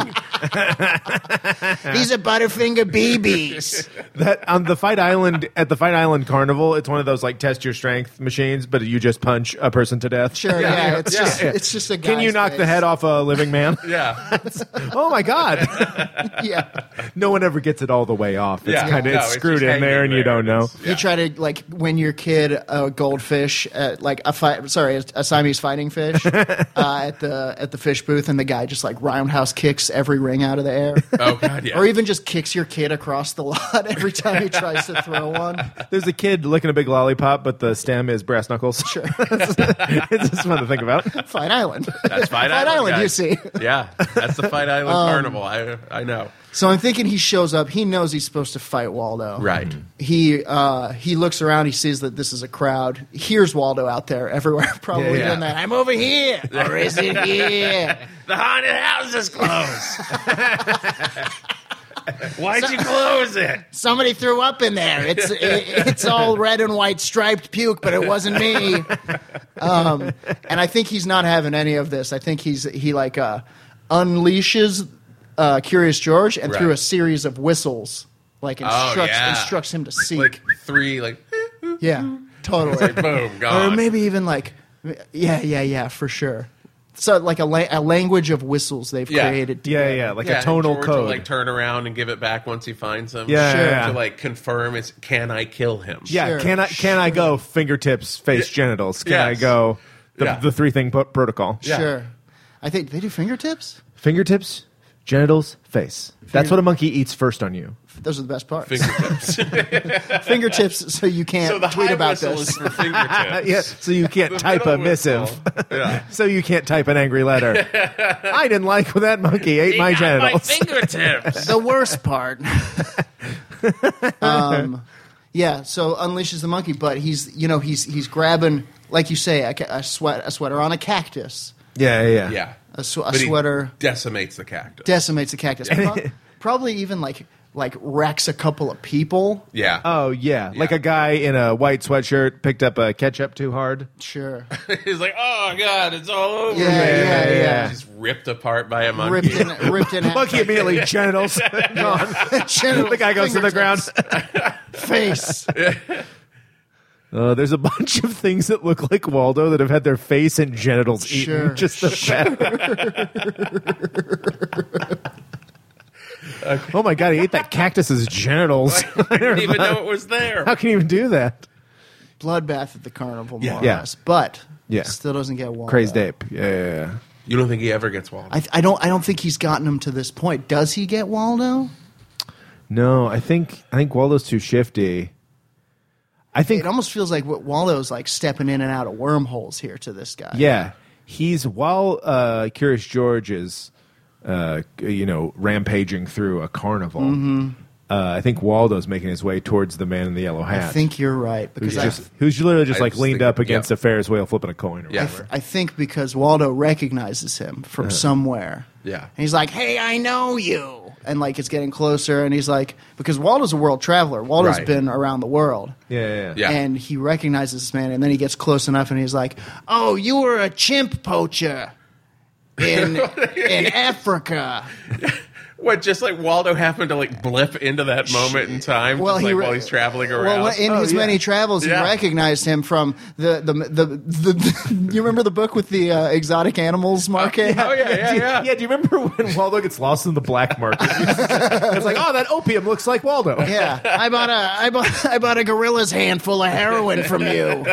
Speaker 3: These are Butterfinger BBs.
Speaker 4: that on the Fight Island at the Fight Island Carnival, it's one of those like test your strength machines, but you just punch a person to death.
Speaker 3: Sure, yeah, it's
Speaker 2: yeah,
Speaker 3: just
Speaker 2: yeah.
Speaker 3: it's just a.
Speaker 4: Can you
Speaker 3: guy's
Speaker 4: knock the
Speaker 3: face.
Speaker 4: head off a living man?
Speaker 2: yeah.
Speaker 4: oh my god!
Speaker 3: Yeah.
Speaker 4: No one ever gets it all the way off. It's
Speaker 2: Yeah.
Speaker 4: kind of
Speaker 2: No,
Speaker 4: it's
Speaker 2: it's
Speaker 4: screwed
Speaker 2: just
Speaker 4: in there, and
Speaker 2: hanging
Speaker 4: you
Speaker 2: there.
Speaker 4: don't know.
Speaker 2: It's-
Speaker 3: You try to like win your kid a goldfish, at, like a fi- sorry, a, a Siamese fighting fish uh, at the at the fish booth, and the guy just like roundhouse kicks every ring out of the air,
Speaker 2: Oh god, yeah.
Speaker 3: or even just kicks your kid across the lot every time he tries to throw one.
Speaker 4: There's a kid licking a big lollipop, but the stem is brass knuckles. Sure, it's just fun to think about.
Speaker 3: Fight Island.
Speaker 2: that's Fight,
Speaker 3: Fight Island,
Speaker 2: guys.
Speaker 3: you see.
Speaker 2: Yeah, that's the Fight Island
Speaker 4: Um,
Speaker 2: Carnival. I I know.
Speaker 3: So I'm thinking he shows up. He knows he's supposed to fight Waldo.
Speaker 2: Right.
Speaker 3: He uh, he looks around. He sees that this is a crowd. Hears Waldo out there everywhere. Probably
Speaker 2: Yeah.
Speaker 3: doing that. I'm over here. Or is it here?
Speaker 2: The haunted house is closed. Why'd you close it?
Speaker 3: Somebody threw up in there. It's it, it's all red and white striped puke, but it wasn't me. Um, and I think he's not having any of this. I think he's he like uh, unleashes uh, Curious George and through
Speaker 2: Right. Oh,
Speaker 3: a series of whistles, like instructs
Speaker 2: yeah.
Speaker 3: instructs him to seek.
Speaker 2: Like three, like
Speaker 3: yeah, totally.
Speaker 2: boom,
Speaker 3: or
Speaker 2: gone.
Speaker 3: maybe even like yeah yeah yeah for sure so like a, la- a language of whistles they've
Speaker 2: Yeah.
Speaker 3: created
Speaker 4: Yeah, yeah, like
Speaker 2: Yeah,
Speaker 4: a tonal
Speaker 2: George
Speaker 4: code.
Speaker 2: Will, like turn around and give it back once he finds him.
Speaker 4: Yeah, Sure. yeah, yeah.
Speaker 2: To like confirm, it's can I kill him?
Speaker 4: yeah,
Speaker 3: Sure,
Speaker 4: can I can I go fingertips, face, genitals? Can I
Speaker 2: Yes.
Speaker 4: go the,
Speaker 2: Yeah.
Speaker 4: the three thing pro- protocol?
Speaker 2: Yeah.
Speaker 3: sure i think they do fingertips
Speaker 4: Fingertips, genitals, face. That's what a monkey eats first on you.
Speaker 3: those are the best parts
Speaker 2: Fingertips.
Speaker 3: fingertips so you can't
Speaker 2: so the
Speaker 3: tweet
Speaker 2: high
Speaker 3: about
Speaker 2: whistle
Speaker 3: this
Speaker 2: is for fingertips.
Speaker 4: Yeah, Uh, so you can't
Speaker 2: The
Speaker 4: type a
Speaker 2: middle whistle-
Speaker 4: missive.
Speaker 2: Yeah.
Speaker 4: so you can't type an angry letter. I didn't like when that monkey ate my genitals.
Speaker 2: fingertips.
Speaker 3: the worst part um, yeah so unleashes the monkey but he's you know he's he's grabbing like you say a, ca- a sweat a sweater on a cactus
Speaker 4: yeah, yeah,
Speaker 2: yeah.
Speaker 3: a, sw- a
Speaker 2: But he
Speaker 3: sweater
Speaker 2: decimates the cactus.
Speaker 3: decimates the cactus Pro- probably even like like racks a couple of people
Speaker 2: yeah.
Speaker 4: Oh yeah. like a guy in a white sweatshirt picked up a ketchup too hard.
Speaker 3: Sure.
Speaker 2: He's like, oh god, it's all over.
Speaker 3: Yeah, yeah, yeah.
Speaker 2: Just ripped apart by a monkey.
Speaker 3: Ripped in, ripped in. half.
Speaker 4: Monkey immediately genitals. Gone.
Speaker 3: General
Speaker 4: the guy goes to the ground.
Speaker 3: Face.
Speaker 4: Uh, there's a bunch of things that look like Waldo that have had their face and genitals
Speaker 3: Sure.
Speaker 4: eaten. Just the Oh my god, he ate that cactus's genitals.
Speaker 2: I didn't even know it was there.
Speaker 4: How can you even do that?
Speaker 3: Bloodbath at the carnival, more or
Speaker 4: Yeah.
Speaker 3: less. But
Speaker 4: Yeah.
Speaker 3: still doesn't get Waldo.
Speaker 4: Crazed ape. Yeah, yeah, yeah.
Speaker 2: You don't think he ever gets Waldo?
Speaker 3: I, th- I don't. I don't think he's gotten him to this point. Does he get Waldo?
Speaker 4: No, I think I think Waldo's too shifty. I think
Speaker 3: It almost feels like what Waldo's like stepping in and out of wormholes here to this guy.
Speaker 4: yeah, he's while uh, Curious George is uh, you know rampaging through a carnival.
Speaker 3: Mm-hmm.
Speaker 4: Uh, I think Waldo's making his way towards the man in the yellow
Speaker 3: I
Speaker 4: hat.
Speaker 3: think you're right
Speaker 4: who's
Speaker 3: because I,
Speaker 4: just who's literally just
Speaker 2: I
Speaker 4: like
Speaker 2: just
Speaker 4: leaned
Speaker 2: think-
Speaker 4: up against
Speaker 2: yeah.
Speaker 4: a Ferris wheel flipping a coin. Or
Speaker 2: Yeah.
Speaker 4: whatever.
Speaker 3: I think because Waldo recognizes him from somewhere.
Speaker 2: Uh-huh. Yeah.
Speaker 3: And he's like, hey, I know you. And like it's getting closer. And he's like, because Waldo's a world traveler. Waldo's
Speaker 2: Right.
Speaker 3: been around the world.
Speaker 4: yeah, yeah,
Speaker 2: Yeah.
Speaker 3: And he recognizes this man. And then he gets close enough and he's like, oh, you were a chimp poacher in, in Africa.
Speaker 2: What? Just like Waldo happened to like blip into that moment in time,
Speaker 3: Well,
Speaker 2: just,
Speaker 3: he
Speaker 2: like,
Speaker 3: re-
Speaker 2: while he's traveling around. Oh,
Speaker 3: Well, in his
Speaker 4: yeah.
Speaker 3: many travels,
Speaker 2: Yeah.
Speaker 3: he recognized him from the the the. the, you remember the book with the uh, exotic animals market?
Speaker 2: oh yeah, yeah, yeah.
Speaker 4: do you remember when Waldo gets lost in the black market? it's like, oh, that opium looks like Waldo.
Speaker 3: Yeah, I bought a I bought I bought a gorilla's handful of heroin from you.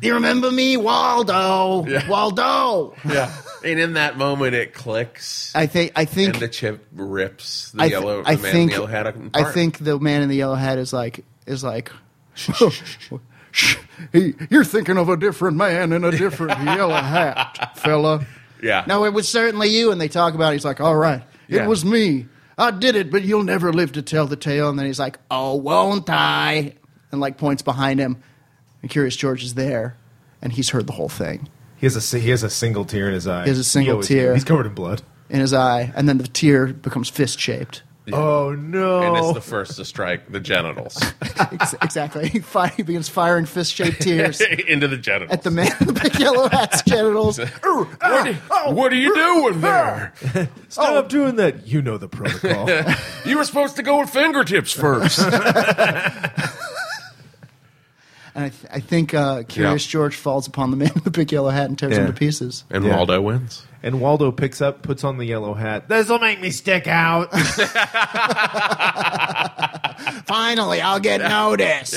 Speaker 3: Do you remember me, Waldo? Waldo.
Speaker 2: Yeah. And in that moment, it clicks,
Speaker 3: I think I
Speaker 2: and
Speaker 3: think
Speaker 2: the chip rips the
Speaker 3: I, th-
Speaker 2: yellow.
Speaker 3: I
Speaker 2: the man in
Speaker 3: think
Speaker 2: the yellow hat.
Speaker 3: I
Speaker 2: apart.
Speaker 3: think the man in the yellow hat is like is like. Shh, he, you're thinking of a different man in a different yellow hat, fella.
Speaker 2: Yeah.
Speaker 3: No, it was certainly you. And they talk about it. He's like, all right, it
Speaker 2: Yeah.
Speaker 3: was me. I did it, but you'll never live to tell the tale. And then he's like, oh, won't I? And like points behind him. And Curious George is there, and he's heard the whole thing
Speaker 4: He has a si- he has a single tear in his eye.
Speaker 3: He has a single
Speaker 4: always-
Speaker 3: tear.
Speaker 4: He's covered in blood.
Speaker 3: in his eye. And then the tear becomes fist shaped.
Speaker 4: Oh no!
Speaker 2: and it's the first to strike the genitals
Speaker 3: Ex- exactly. He, fi- he begins firing fist shaped tears
Speaker 2: into the genitals.
Speaker 3: at the man in the big yellow hat's genitals. ah!
Speaker 2: what, do- what are you doing there?
Speaker 4: Stop
Speaker 3: Oh.
Speaker 4: doing that. You know the protocol.
Speaker 2: You were supposed to go with fingertips first.
Speaker 3: And I, th- I think uh, Curious
Speaker 2: Yeah.
Speaker 3: George falls upon the man in the big yellow hat and tears him
Speaker 4: Yeah.
Speaker 3: to pieces.
Speaker 2: and
Speaker 4: Yeah.
Speaker 2: Waldo wins.
Speaker 4: and Waldo picks up, puts on the yellow hat. This'll make me stick out.
Speaker 3: Finally, I'll get noticed.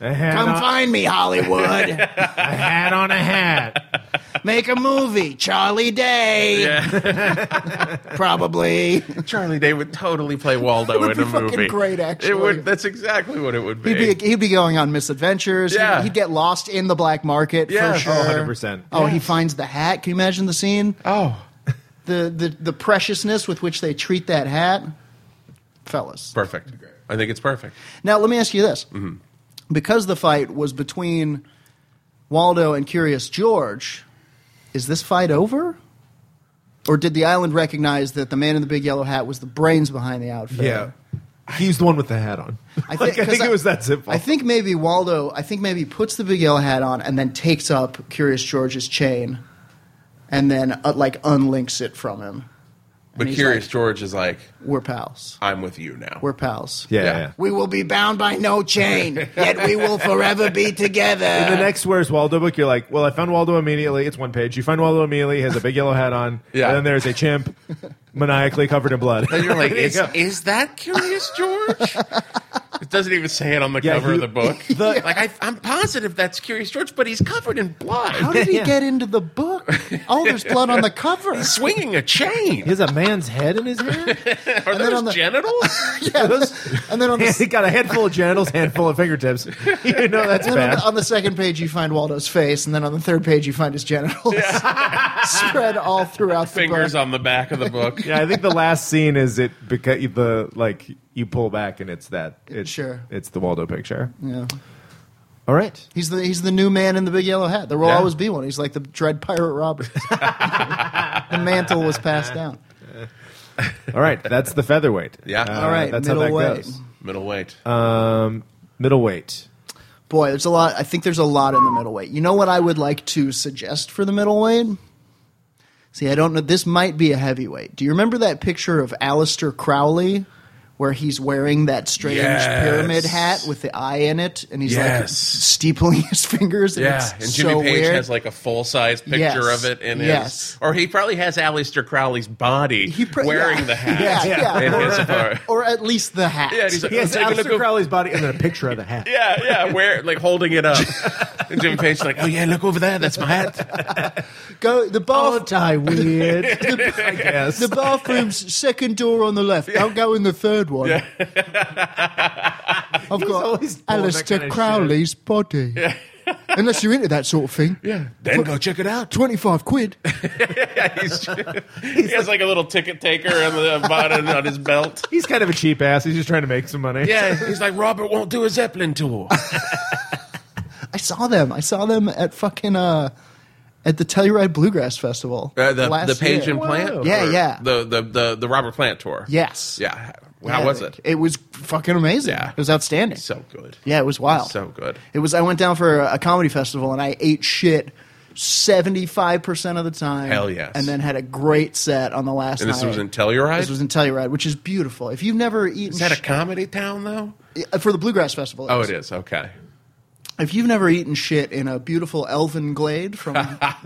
Speaker 4: A hat,
Speaker 3: Come
Speaker 4: on,
Speaker 3: find me, Hollywood.
Speaker 4: a hat on a hat.
Speaker 3: Make a movie, Charlie Day. Probably.
Speaker 2: Charlie Day would totally play Waldo
Speaker 3: would
Speaker 2: in
Speaker 3: be
Speaker 2: a
Speaker 3: fucking
Speaker 2: movie.
Speaker 3: great, actually.
Speaker 2: It would, that's exactly what it would be.
Speaker 3: He'd be, he'd be going on misadventures. He'd-
Speaker 2: Yeah.
Speaker 3: He'd, get lost in the black market
Speaker 2: Yeah.
Speaker 3: for
Speaker 2: Oh,
Speaker 3: sure.
Speaker 4: 100%.
Speaker 3: Oh, he finds the hat. Can you imagine the scene?
Speaker 2: oh,
Speaker 3: The, the, the preciousness with which they treat that hat? Fellas.
Speaker 2: perfect. I think it's perfect.
Speaker 3: Now, let me ask you this. Because the fight was between Waldo and Curious George, is this fight over? Or did the island recognize that the man in the big yellow hat was the brains behind the outfit?
Speaker 4: Yeah, he's the one with the hat on.
Speaker 3: I
Speaker 4: Like,
Speaker 3: think-
Speaker 4: I
Speaker 3: 'cause
Speaker 4: think
Speaker 3: I-
Speaker 4: it was that simple.
Speaker 3: I think maybe Waldo, I think maybe puts the big yellow hat on and then takes up Curious George's chain and then uh, like unlinks it from him.
Speaker 2: But
Speaker 3: he's
Speaker 2: Curious
Speaker 3: like-
Speaker 2: George is like,
Speaker 3: We're pals.
Speaker 2: I'm with you now.
Speaker 3: We're pals.
Speaker 4: yeah.
Speaker 2: Yeah.
Speaker 4: yeah.
Speaker 3: We will be bound by no chain, yet we will forever be together.
Speaker 4: In the next Where's Waldo book, you're like, well, I found Waldo immediately. It's one page. You find Waldo immediately. He has a big yellow hat on.
Speaker 2: Yeah.
Speaker 4: And then there's a chimp, maniacally covered in blood.
Speaker 2: and you're like,
Speaker 4: There you
Speaker 2: is,
Speaker 4: go.
Speaker 2: is that Curious George? it doesn't even say it on the
Speaker 4: Yeah,
Speaker 2: cover
Speaker 4: you-
Speaker 2: of the book.
Speaker 4: the-
Speaker 2: like, I, I'm positive that's Curious George, but he's covered in blood.
Speaker 3: How did he
Speaker 4: Yeah.
Speaker 3: get into the book? Oh, there's blood on the cover.
Speaker 2: He's swinging a
Speaker 4: he
Speaker 2: chain.
Speaker 4: has a man's head in his hand.
Speaker 2: Are
Speaker 3: then
Speaker 2: those
Speaker 3: on the-
Speaker 2: genitals?
Speaker 3: Yeah, those- and then on
Speaker 4: he
Speaker 3: the,
Speaker 4: got a handful of genitals, handful of fingertips. You know that's
Speaker 3: then on,
Speaker 4: bad.
Speaker 3: the, on the second page you find Waldo's face, and then on the third page you find his genitals spread all throughout the
Speaker 2: Fingers
Speaker 3: book.
Speaker 2: on the back of the book.
Speaker 4: Yeah, I think the last scene is it because the like you pull back and it's that. It's,
Speaker 3: Sure.
Speaker 4: It's the Waldo picture.
Speaker 3: Yeah.
Speaker 4: All right.
Speaker 3: He's the he's the new man in the big yellow hat. There will
Speaker 2: Yeah.
Speaker 3: always be one. He's like the dread pirate Roberts. the mantle was passed down.
Speaker 4: All right. That's the featherweight. Uh,
Speaker 2: Yeah.
Speaker 3: All right,
Speaker 4: That's how that
Speaker 3: middleweight.
Speaker 4: goes.
Speaker 2: Middleweight.
Speaker 4: Middleweight.
Speaker 3: Boy, there's a lot. I think there's a lot in the middleweight. You know what I would like to suggest for the middleweight? See, I don't know. This might be a heavyweight. Do you remember that picture of Aleister Crowley where he's wearing that strange
Speaker 2: Yes.
Speaker 3: pyramid hat with the eye in it and he's like
Speaker 2: Yes.
Speaker 3: steepling his fingers? And
Speaker 2: yeah,
Speaker 3: it's
Speaker 2: and Jimmy
Speaker 3: so
Speaker 2: Page
Speaker 3: weird.
Speaker 2: has like a full size picture
Speaker 3: Yes.
Speaker 2: of it in
Speaker 3: Yes.
Speaker 2: his, or he probably has Aleister Crowley's body
Speaker 3: He pro-
Speaker 2: wearing
Speaker 3: yeah.
Speaker 2: the hat.
Speaker 3: Yeah, yeah.
Speaker 2: in his part.
Speaker 3: or at least the hat.
Speaker 2: Yeah, and he's like,
Speaker 4: He has
Speaker 2: "Oh, take a look
Speaker 4: Aleister
Speaker 2: over-
Speaker 4: Crowley's body and then a picture of the hat.
Speaker 2: Yeah, yeah, where like holding it up, and Jimmy Page's like, "Oh yeah, look over there, that's my hat."
Speaker 3: Go the bath.
Speaker 4: Anti weird. I guess.
Speaker 3: The bathroom's second door on the left. Don't go in the third one. I've got
Speaker 4: always pulling that
Speaker 3: Alistair
Speaker 4: kind of
Speaker 3: Crowley's body. Unless you're into that sort of thing.
Speaker 2: Yeah, then go check it out.
Speaker 3: 25 quid.
Speaker 2: Yeah, he's, he has like a little ticket taker on the bottom on his belt.
Speaker 4: He's kind of a cheap ass. He's just trying to make some money.
Speaker 2: Yeah, he's like Robert won't do a Zeppelin tour. Uh,
Speaker 3: I saw them. I saw them at fucking uh at the Telluride Bluegrass Festival.
Speaker 2: Uh, the
Speaker 3: last
Speaker 2: the Page
Speaker 3: year.
Speaker 2: and Plant.
Speaker 3: Yeah,
Speaker 2: or
Speaker 3: yeah.
Speaker 2: The, the the the Robert Plant tour.
Speaker 3: Yes.
Speaker 2: Yeah. How
Speaker 3: Yeah,
Speaker 2: was it?
Speaker 3: It was fucking amazing.
Speaker 2: Yeah.
Speaker 3: It was outstanding.
Speaker 2: So good.
Speaker 3: yeah, it was wild.
Speaker 2: So good.
Speaker 3: It was. I went down for a comedy festival and I ate shit seventy five percent of the time.
Speaker 2: Hell yes.
Speaker 3: And then had a great set on the last.
Speaker 2: And this
Speaker 3: night.
Speaker 2: was in Telluride?
Speaker 3: This was in Telluride, which is beautiful. If you've never eaten
Speaker 2: Is that a
Speaker 3: sh-
Speaker 2: comedy town though?
Speaker 3: for the Bluegrass Festival,
Speaker 2: Oh, it is. Okay.
Speaker 3: If you've never eaten shit in a beautiful elven glade from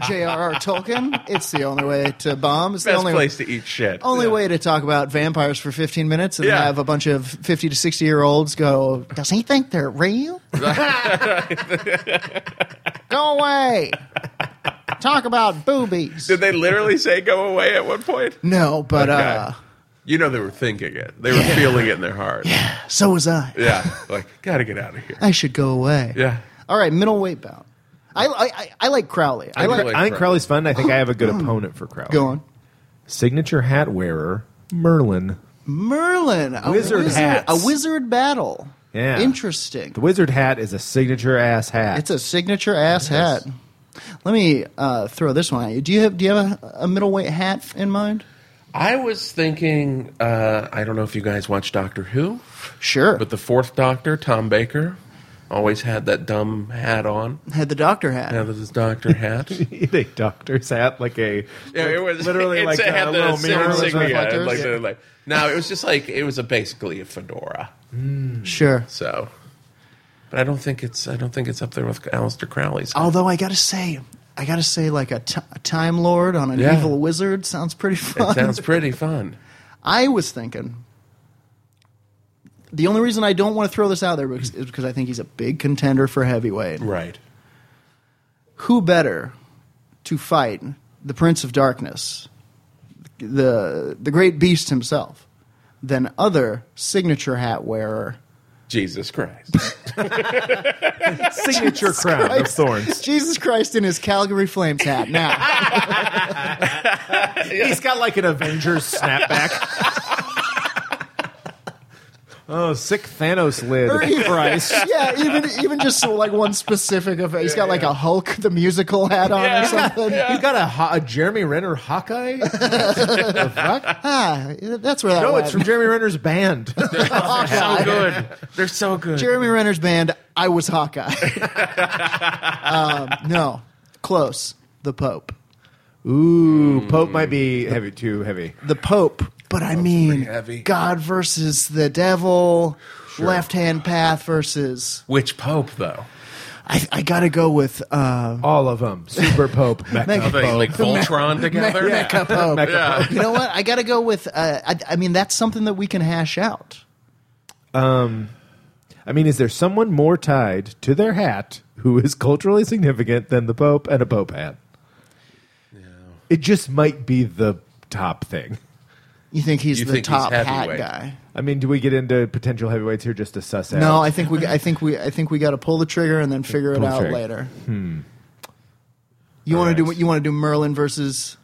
Speaker 3: J.R.R. Tolkien, it's the only way to bomb. It's the
Speaker 2: Best
Speaker 3: only
Speaker 2: place to eat shit.
Speaker 3: Only
Speaker 2: Yeah.
Speaker 3: way to talk about vampires for 15 minutes and
Speaker 2: Yeah.
Speaker 3: have a bunch of 50 to 60 year olds go, Does he think they're real? go away. Talk about boobies.
Speaker 2: Did they literally say go away at one point?
Speaker 3: No, but uh,
Speaker 2: Okay. You know they were thinking it. They were feeling it in their heart. Yeah.
Speaker 3: so was I.
Speaker 2: Like, gotta get out of here.
Speaker 3: I should go away.
Speaker 2: Yeah.
Speaker 3: All right, middleweight bout. I, I, I, I like Crowley. I
Speaker 2: I do
Speaker 3: like.
Speaker 4: I think
Speaker 2: Crowley.
Speaker 4: Crowley's fun. I think I have a good opponent for Crowley.
Speaker 3: Go on.
Speaker 4: Signature hat wearer Merlin.
Speaker 3: Merlin, a
Speaker 4: Wizard hats.
Speaker 3: a wizard battle.
Speaker 4: Yeah.
Speaker 3: interesting.
Speaker 4: The wizard hat is a signature ass hat.
Speaker 3: It's a signature ass hat. Let me uh, throw this one at you. Do you have Do you have a, a middleweight hat in mind?
Speaker 2: I was thinking, uh, I don't know if you guys watch Doctor Who,
Speaker 3: Sure.
Speaker 2: but the fourth Doctor, Tom Baker, always had that dumb hat on.
Speaker 3: had the doctor hat.
Speaker 2: Now that his doctor hat.
Speaker 4: a doctor's hat, like a
Speaker 2: Yeah, it was
Speaker 4: literally
Speaker 2: it's-
Speaker 4: like
Speaker 2: it
Speaker 4: a
Speaker 2: had the
Speaker 4: little mirror with
Speaker 2: insignia,
Speaker 3: reflectors.
Speaker 2: like,
Speaker 3: Yeah.
Speaker 2: the, like no, it was just like it was a, basically a fedora.
Speaker 3: Sure.
Speaker 2: So, but I don't think it's I don't think it's up there with Aleister Crowley's.
Speaker 3: Although I gotta say, I gotta say, like a, t- a time lord on an
Speaker 2: Yeah.
Speaker 3: evil wizard sounds pretty fun.
Speaker 2: It sounds pretty fun.
Speaker 3: I was thinking. The only reason I don't want to throw this out there because- is because I think he's a big contender for heavyweight.
Speaker 2: Right.
Speaker 3: Who better to fight the Prince of Darkness, the the Great Beast himself, than other signature hat wearer?
Speaker 2: Jesus Christ.
Speaker 4: signature crown of thorns.
Speaker 3: Jesus Christ in his Calgary Flames hat. Now,
Speaker 4: He's got like an Avengers snapback. oh, sick Thanos lid.
Speaker 3: Or even- yeah, even even just so, like one specific of he's got like a Hulk the musical hat on or something.
Speaker 4: He's got a, Ho- a Jeremy Renner Hawkeye.
Speaker 3: Ah, that's where that
Speaker 4: no,
Speaker 3: went.
Speaker 4: it's from Jeremy Renner's band.
Speaker 2: so good. They're so good.
Speaker 3: Jeremy Renner's band, I Was Hawkeye. um, no, close. The Pope.
Speaker 4: Ooh, Pope might be heavy too heavy.
Speaker 3: The Pope. But I mean,
Speaker 2: pretty heavy.
Speaker 3: God versus the devil, left hand path versus.
Speaker 2: Which Pope though?
Speaker 3: I, I gotta go with uh,
Speaker 4: All of them. Super Pope. Mecca
Speaker 3: Mega-
Speaker 4: Pope.
Speaker 2: Like, like Voltron together.
Speaker 3: Mecca Pope.
Speaker 4: Mecca Pope.
Speaker 3: You know what? I gotta go with. Uh, I, I mean, that's something that we can hash out.
Speaker 4: I mean, is there someone more tied to their hat who is culturally significant than the Pope and a Pope hat? It just might be the top thing.
Speaker 3: You think he's
Speaker 2: You
Speaker 3: the
Speaker 2: think he's
Speaker 3: top hat
Speaker 2: heavyweight.
Speaker 3: guy?
Speaker 4: I mean, do we get into potential heavyweights here just to suss out?
Speaker 3: No, I think we. I think we. I think we got to pull the trigger and then figure it
Speaker 4: Pull the
Speaker 3: out
Speaker 4: trigger.
Speaker 3: later. Hmm. You want to do? You want to do Merlin versus?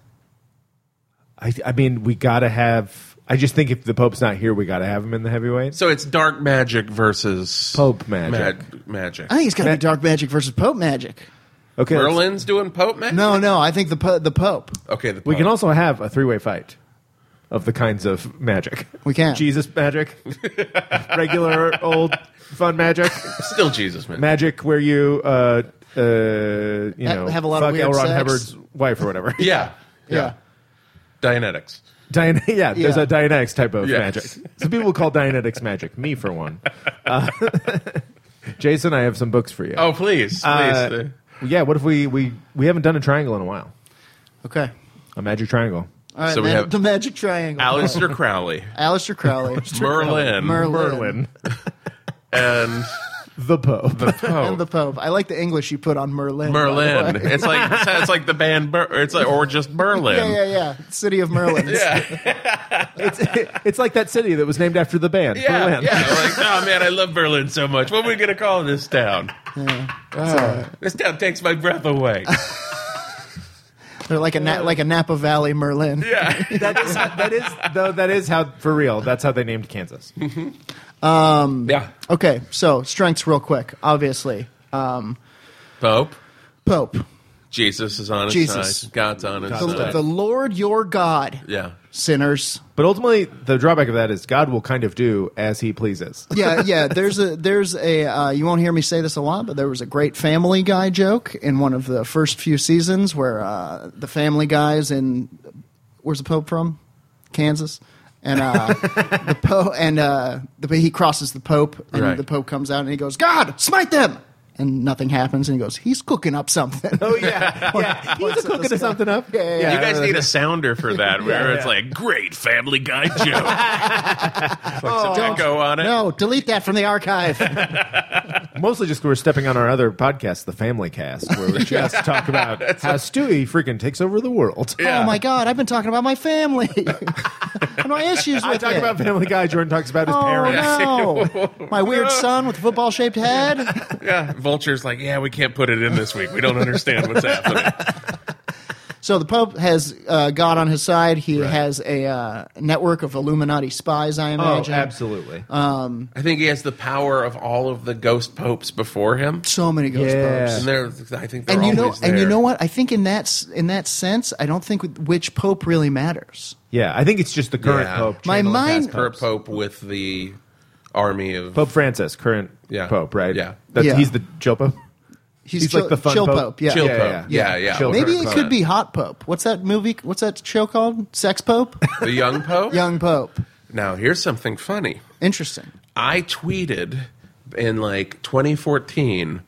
Speaker 4: I, I mean, we gotta have. I just think if the Pope's not here, we gotta have him in the heavyweights.
Speaker 2: So it's dark magic versus
Speaker 4: Pope magic.
Speaker 2: mag- magic.
Speaker 3: I think it's got to be Dark Magic versus Pope Magic.
Speaker 4: Okay, let's-
Speaker 2: Merlin's doing Pope magic.
Speaker 3: No, no. I think the po- the Pope.
Speaker 2: Okay. The Pope.
Speaker 4: We can also have a three-way fight of the kinds of magic.
Speaker 3: We can.
Speaker 4: Jesus magic, regular old fun magic,
Speaker 2: still Jesus man.
Speaker 4: magic where you uh uh you
Speaker 3: Ha-
Speaker 4: know
Speaker 3: have a lot of
Speaker 4: fuck
Speaker 3: weird
Speaker 4: L. Ron
Speaker 3: sex.
Speaker 4: Hubbard's wife or whatever.
Speaker 2: yeah.
Speaker 3: Yeah.
Speaker 2: Dianetics.
Speaker 4: Dian- yeah, there's
Speaker 3: Yeah.
Speaker 4: a Dianetics type of
Speaker 2: Yes.
Speaker 4: magic. Some people call Dianetics magic. Me for one. Uh, Jason, I have some books for you.
Speaker 2: Oh please, please.
Speaker 4: Uh, yeah. What if we we we haven't done a triangle in a while?
Speaker 3: Okay.
Speaker 4: A magic triangle.
Speaker 3: All right.
Speaker 2: So we
Speaker 3: man,
Speaker 2: have
Speaker 3: the Magic Triangle.
Speaker 2: Alistair Crowley,
Speaker 3: Alistair Crowley.
Speaker 2: Merlin,
Speaker 3: Merlin.
Speaker 4: Merlin,
Speaker 2: and
Speaker 4: the Pope.
Speaker 2: the Pope.
Speaker 3: And the Pope. I like the English you put on Merlin. by the
Speaker 2: Merlin.
Speaker 3: way.
Speaker 2: It's like it's like the band. Ber- it's like or just Merlin.
Speaker 3: Yeah, yeah, yeah. City of Merlin.
Speaker 2: Yeah,
Speaker 4: it's it's like that city that was named after the band.
Speaker 2: yeah,
Speaker 4: Berlin.
Speaker 2: yeah. Like, oh man, I love Berlin so much. What are we gonna call this town? Ah, this town takes my breath away.
Speaker 3: They're like a Na- like a Napa Valley Merlin.
Speaker 2: Yeah,
Speaker 4: That is that is though that is how for real. That's how they named Kansas.
Speaker 2: yeah.
Speaker 3: Okay, so strengths real quick. Obviously, Um,
Speaker 2: Pope
Speaker 3: Pope,
Speaker 2: Jesus is on his
Speaker 3: Jesus.
Speaker 2: side. God's on his
Speaker 3: the,
Speaker 2: side.
Speaker 3: the Lord your God.
Speaker 2: yeah,
Speaker 3: Sinners.
Speaker 4: But ultimately, the drawback of that is God will kind of do as He pleases.
Speaker 3: Yeah, yeah. There's a there's a uh, you won't hear me say this a lot, but there was a great Family Guy joke in one of the first few seasons where uh, the Family Guys in where's the Pope from? Kansas. And uh, the Pope and uh, the he crosses the Pope and
Speaker 2: Right.
Speaker 3: the Pope comes out and he goes, God, smite them. And nothing happens, and he goes, "He's cooking up something." Oh yeah, yeah.
Speaker 4: He's cooking something up.
Speaker 3: Yeah, yeah, yeah.
Speaker 2: you guys need a sounder for that, where it's like great Family Guy
Speaker 3: Oh,
Speaker 2: joke. Put some echo on it.
Speaker 3: No, delete that from the archive.
Speaker 4: Mostly just we're stepping on our other podcast, the Family Cast, where we just talk about how Stewie freaking takes over the world.
Speaker 3: Oh my God! I've been talking about my family and my issues with
Speaker 4: I talk
Speaker 3: it.
Speaker 4: about Family Guy. Jordan talks about his
Speaker 3: oh
Speaker 4: parents.
Speaker 3: no! My weird son with a football shaped head.
Speaker 2: Yeah, Vulture's like, yeah, we can't put it in this week. We don't understand what's happening.
Speaker 3: So the Pope has uh, God on his side. He has a uh, network of Illuminati spies. I imagine.
Speaker 4: Oh,
Speaker 3: Uh,
Speaker 4: absolutely.
Speaker 2: I think he has the power of all of the ghost popes before him.
Speaker 3: So many ghost
Speaker 4: Yeah.
Speaker 3: popes.
Speaker 2: And they're, I think they're
Speaker 3: and you know,
Speaker 2: always
Speaker 3: and you
Speaker 2: there.
Speaker 3: know what? I think in that s- in that sense, I don't think which pope really matters.
Speaker 4: yeah, I think it's just the current
Speaker 2: Yeah.
Speaker 4: Pope.
Speaker 3: My
Speaker 4: channeling
Speaker 3: mind-
Speaker 4: past
Speaker 2: Her
Speaker 4: popes.
Speaker 2: pope with the army of
Speaker 4: Pope Francis, current
Speaker 2: Yeah.
Speaker 4: Pope, right?
Speaker 2: Yeah.
Speaker 4: That's,
Speaker 3: Yeah.
Speaker 4: He's the chill Pope.
Speaker 3: He's,
Speaker 4: He's
Speaker 3: chill,
Speaker 4: like the fun
Speaker 3: chill
Speaker 4: pope.
Speaker 3: Yeah.
Speaker 2: chill
Speaker 4: Yeah,
Speaker 2: pope.
Speaker 4: yeah, yeah.
Speaker 2: Yeah, yeah.
Speaker 4: Chill
Speaker 3: Maybe
Speaker 4: Pope.
Speaker 3: it could be hot pope. What's that movie? What's that show called? Sex pope,
Speaker 2: the young pope.
Speaker 3: young pope.
Speaker 2: Now here's something funny.
Speaker 3: Interesting.
Speaker 2: I tweeted in like 2014.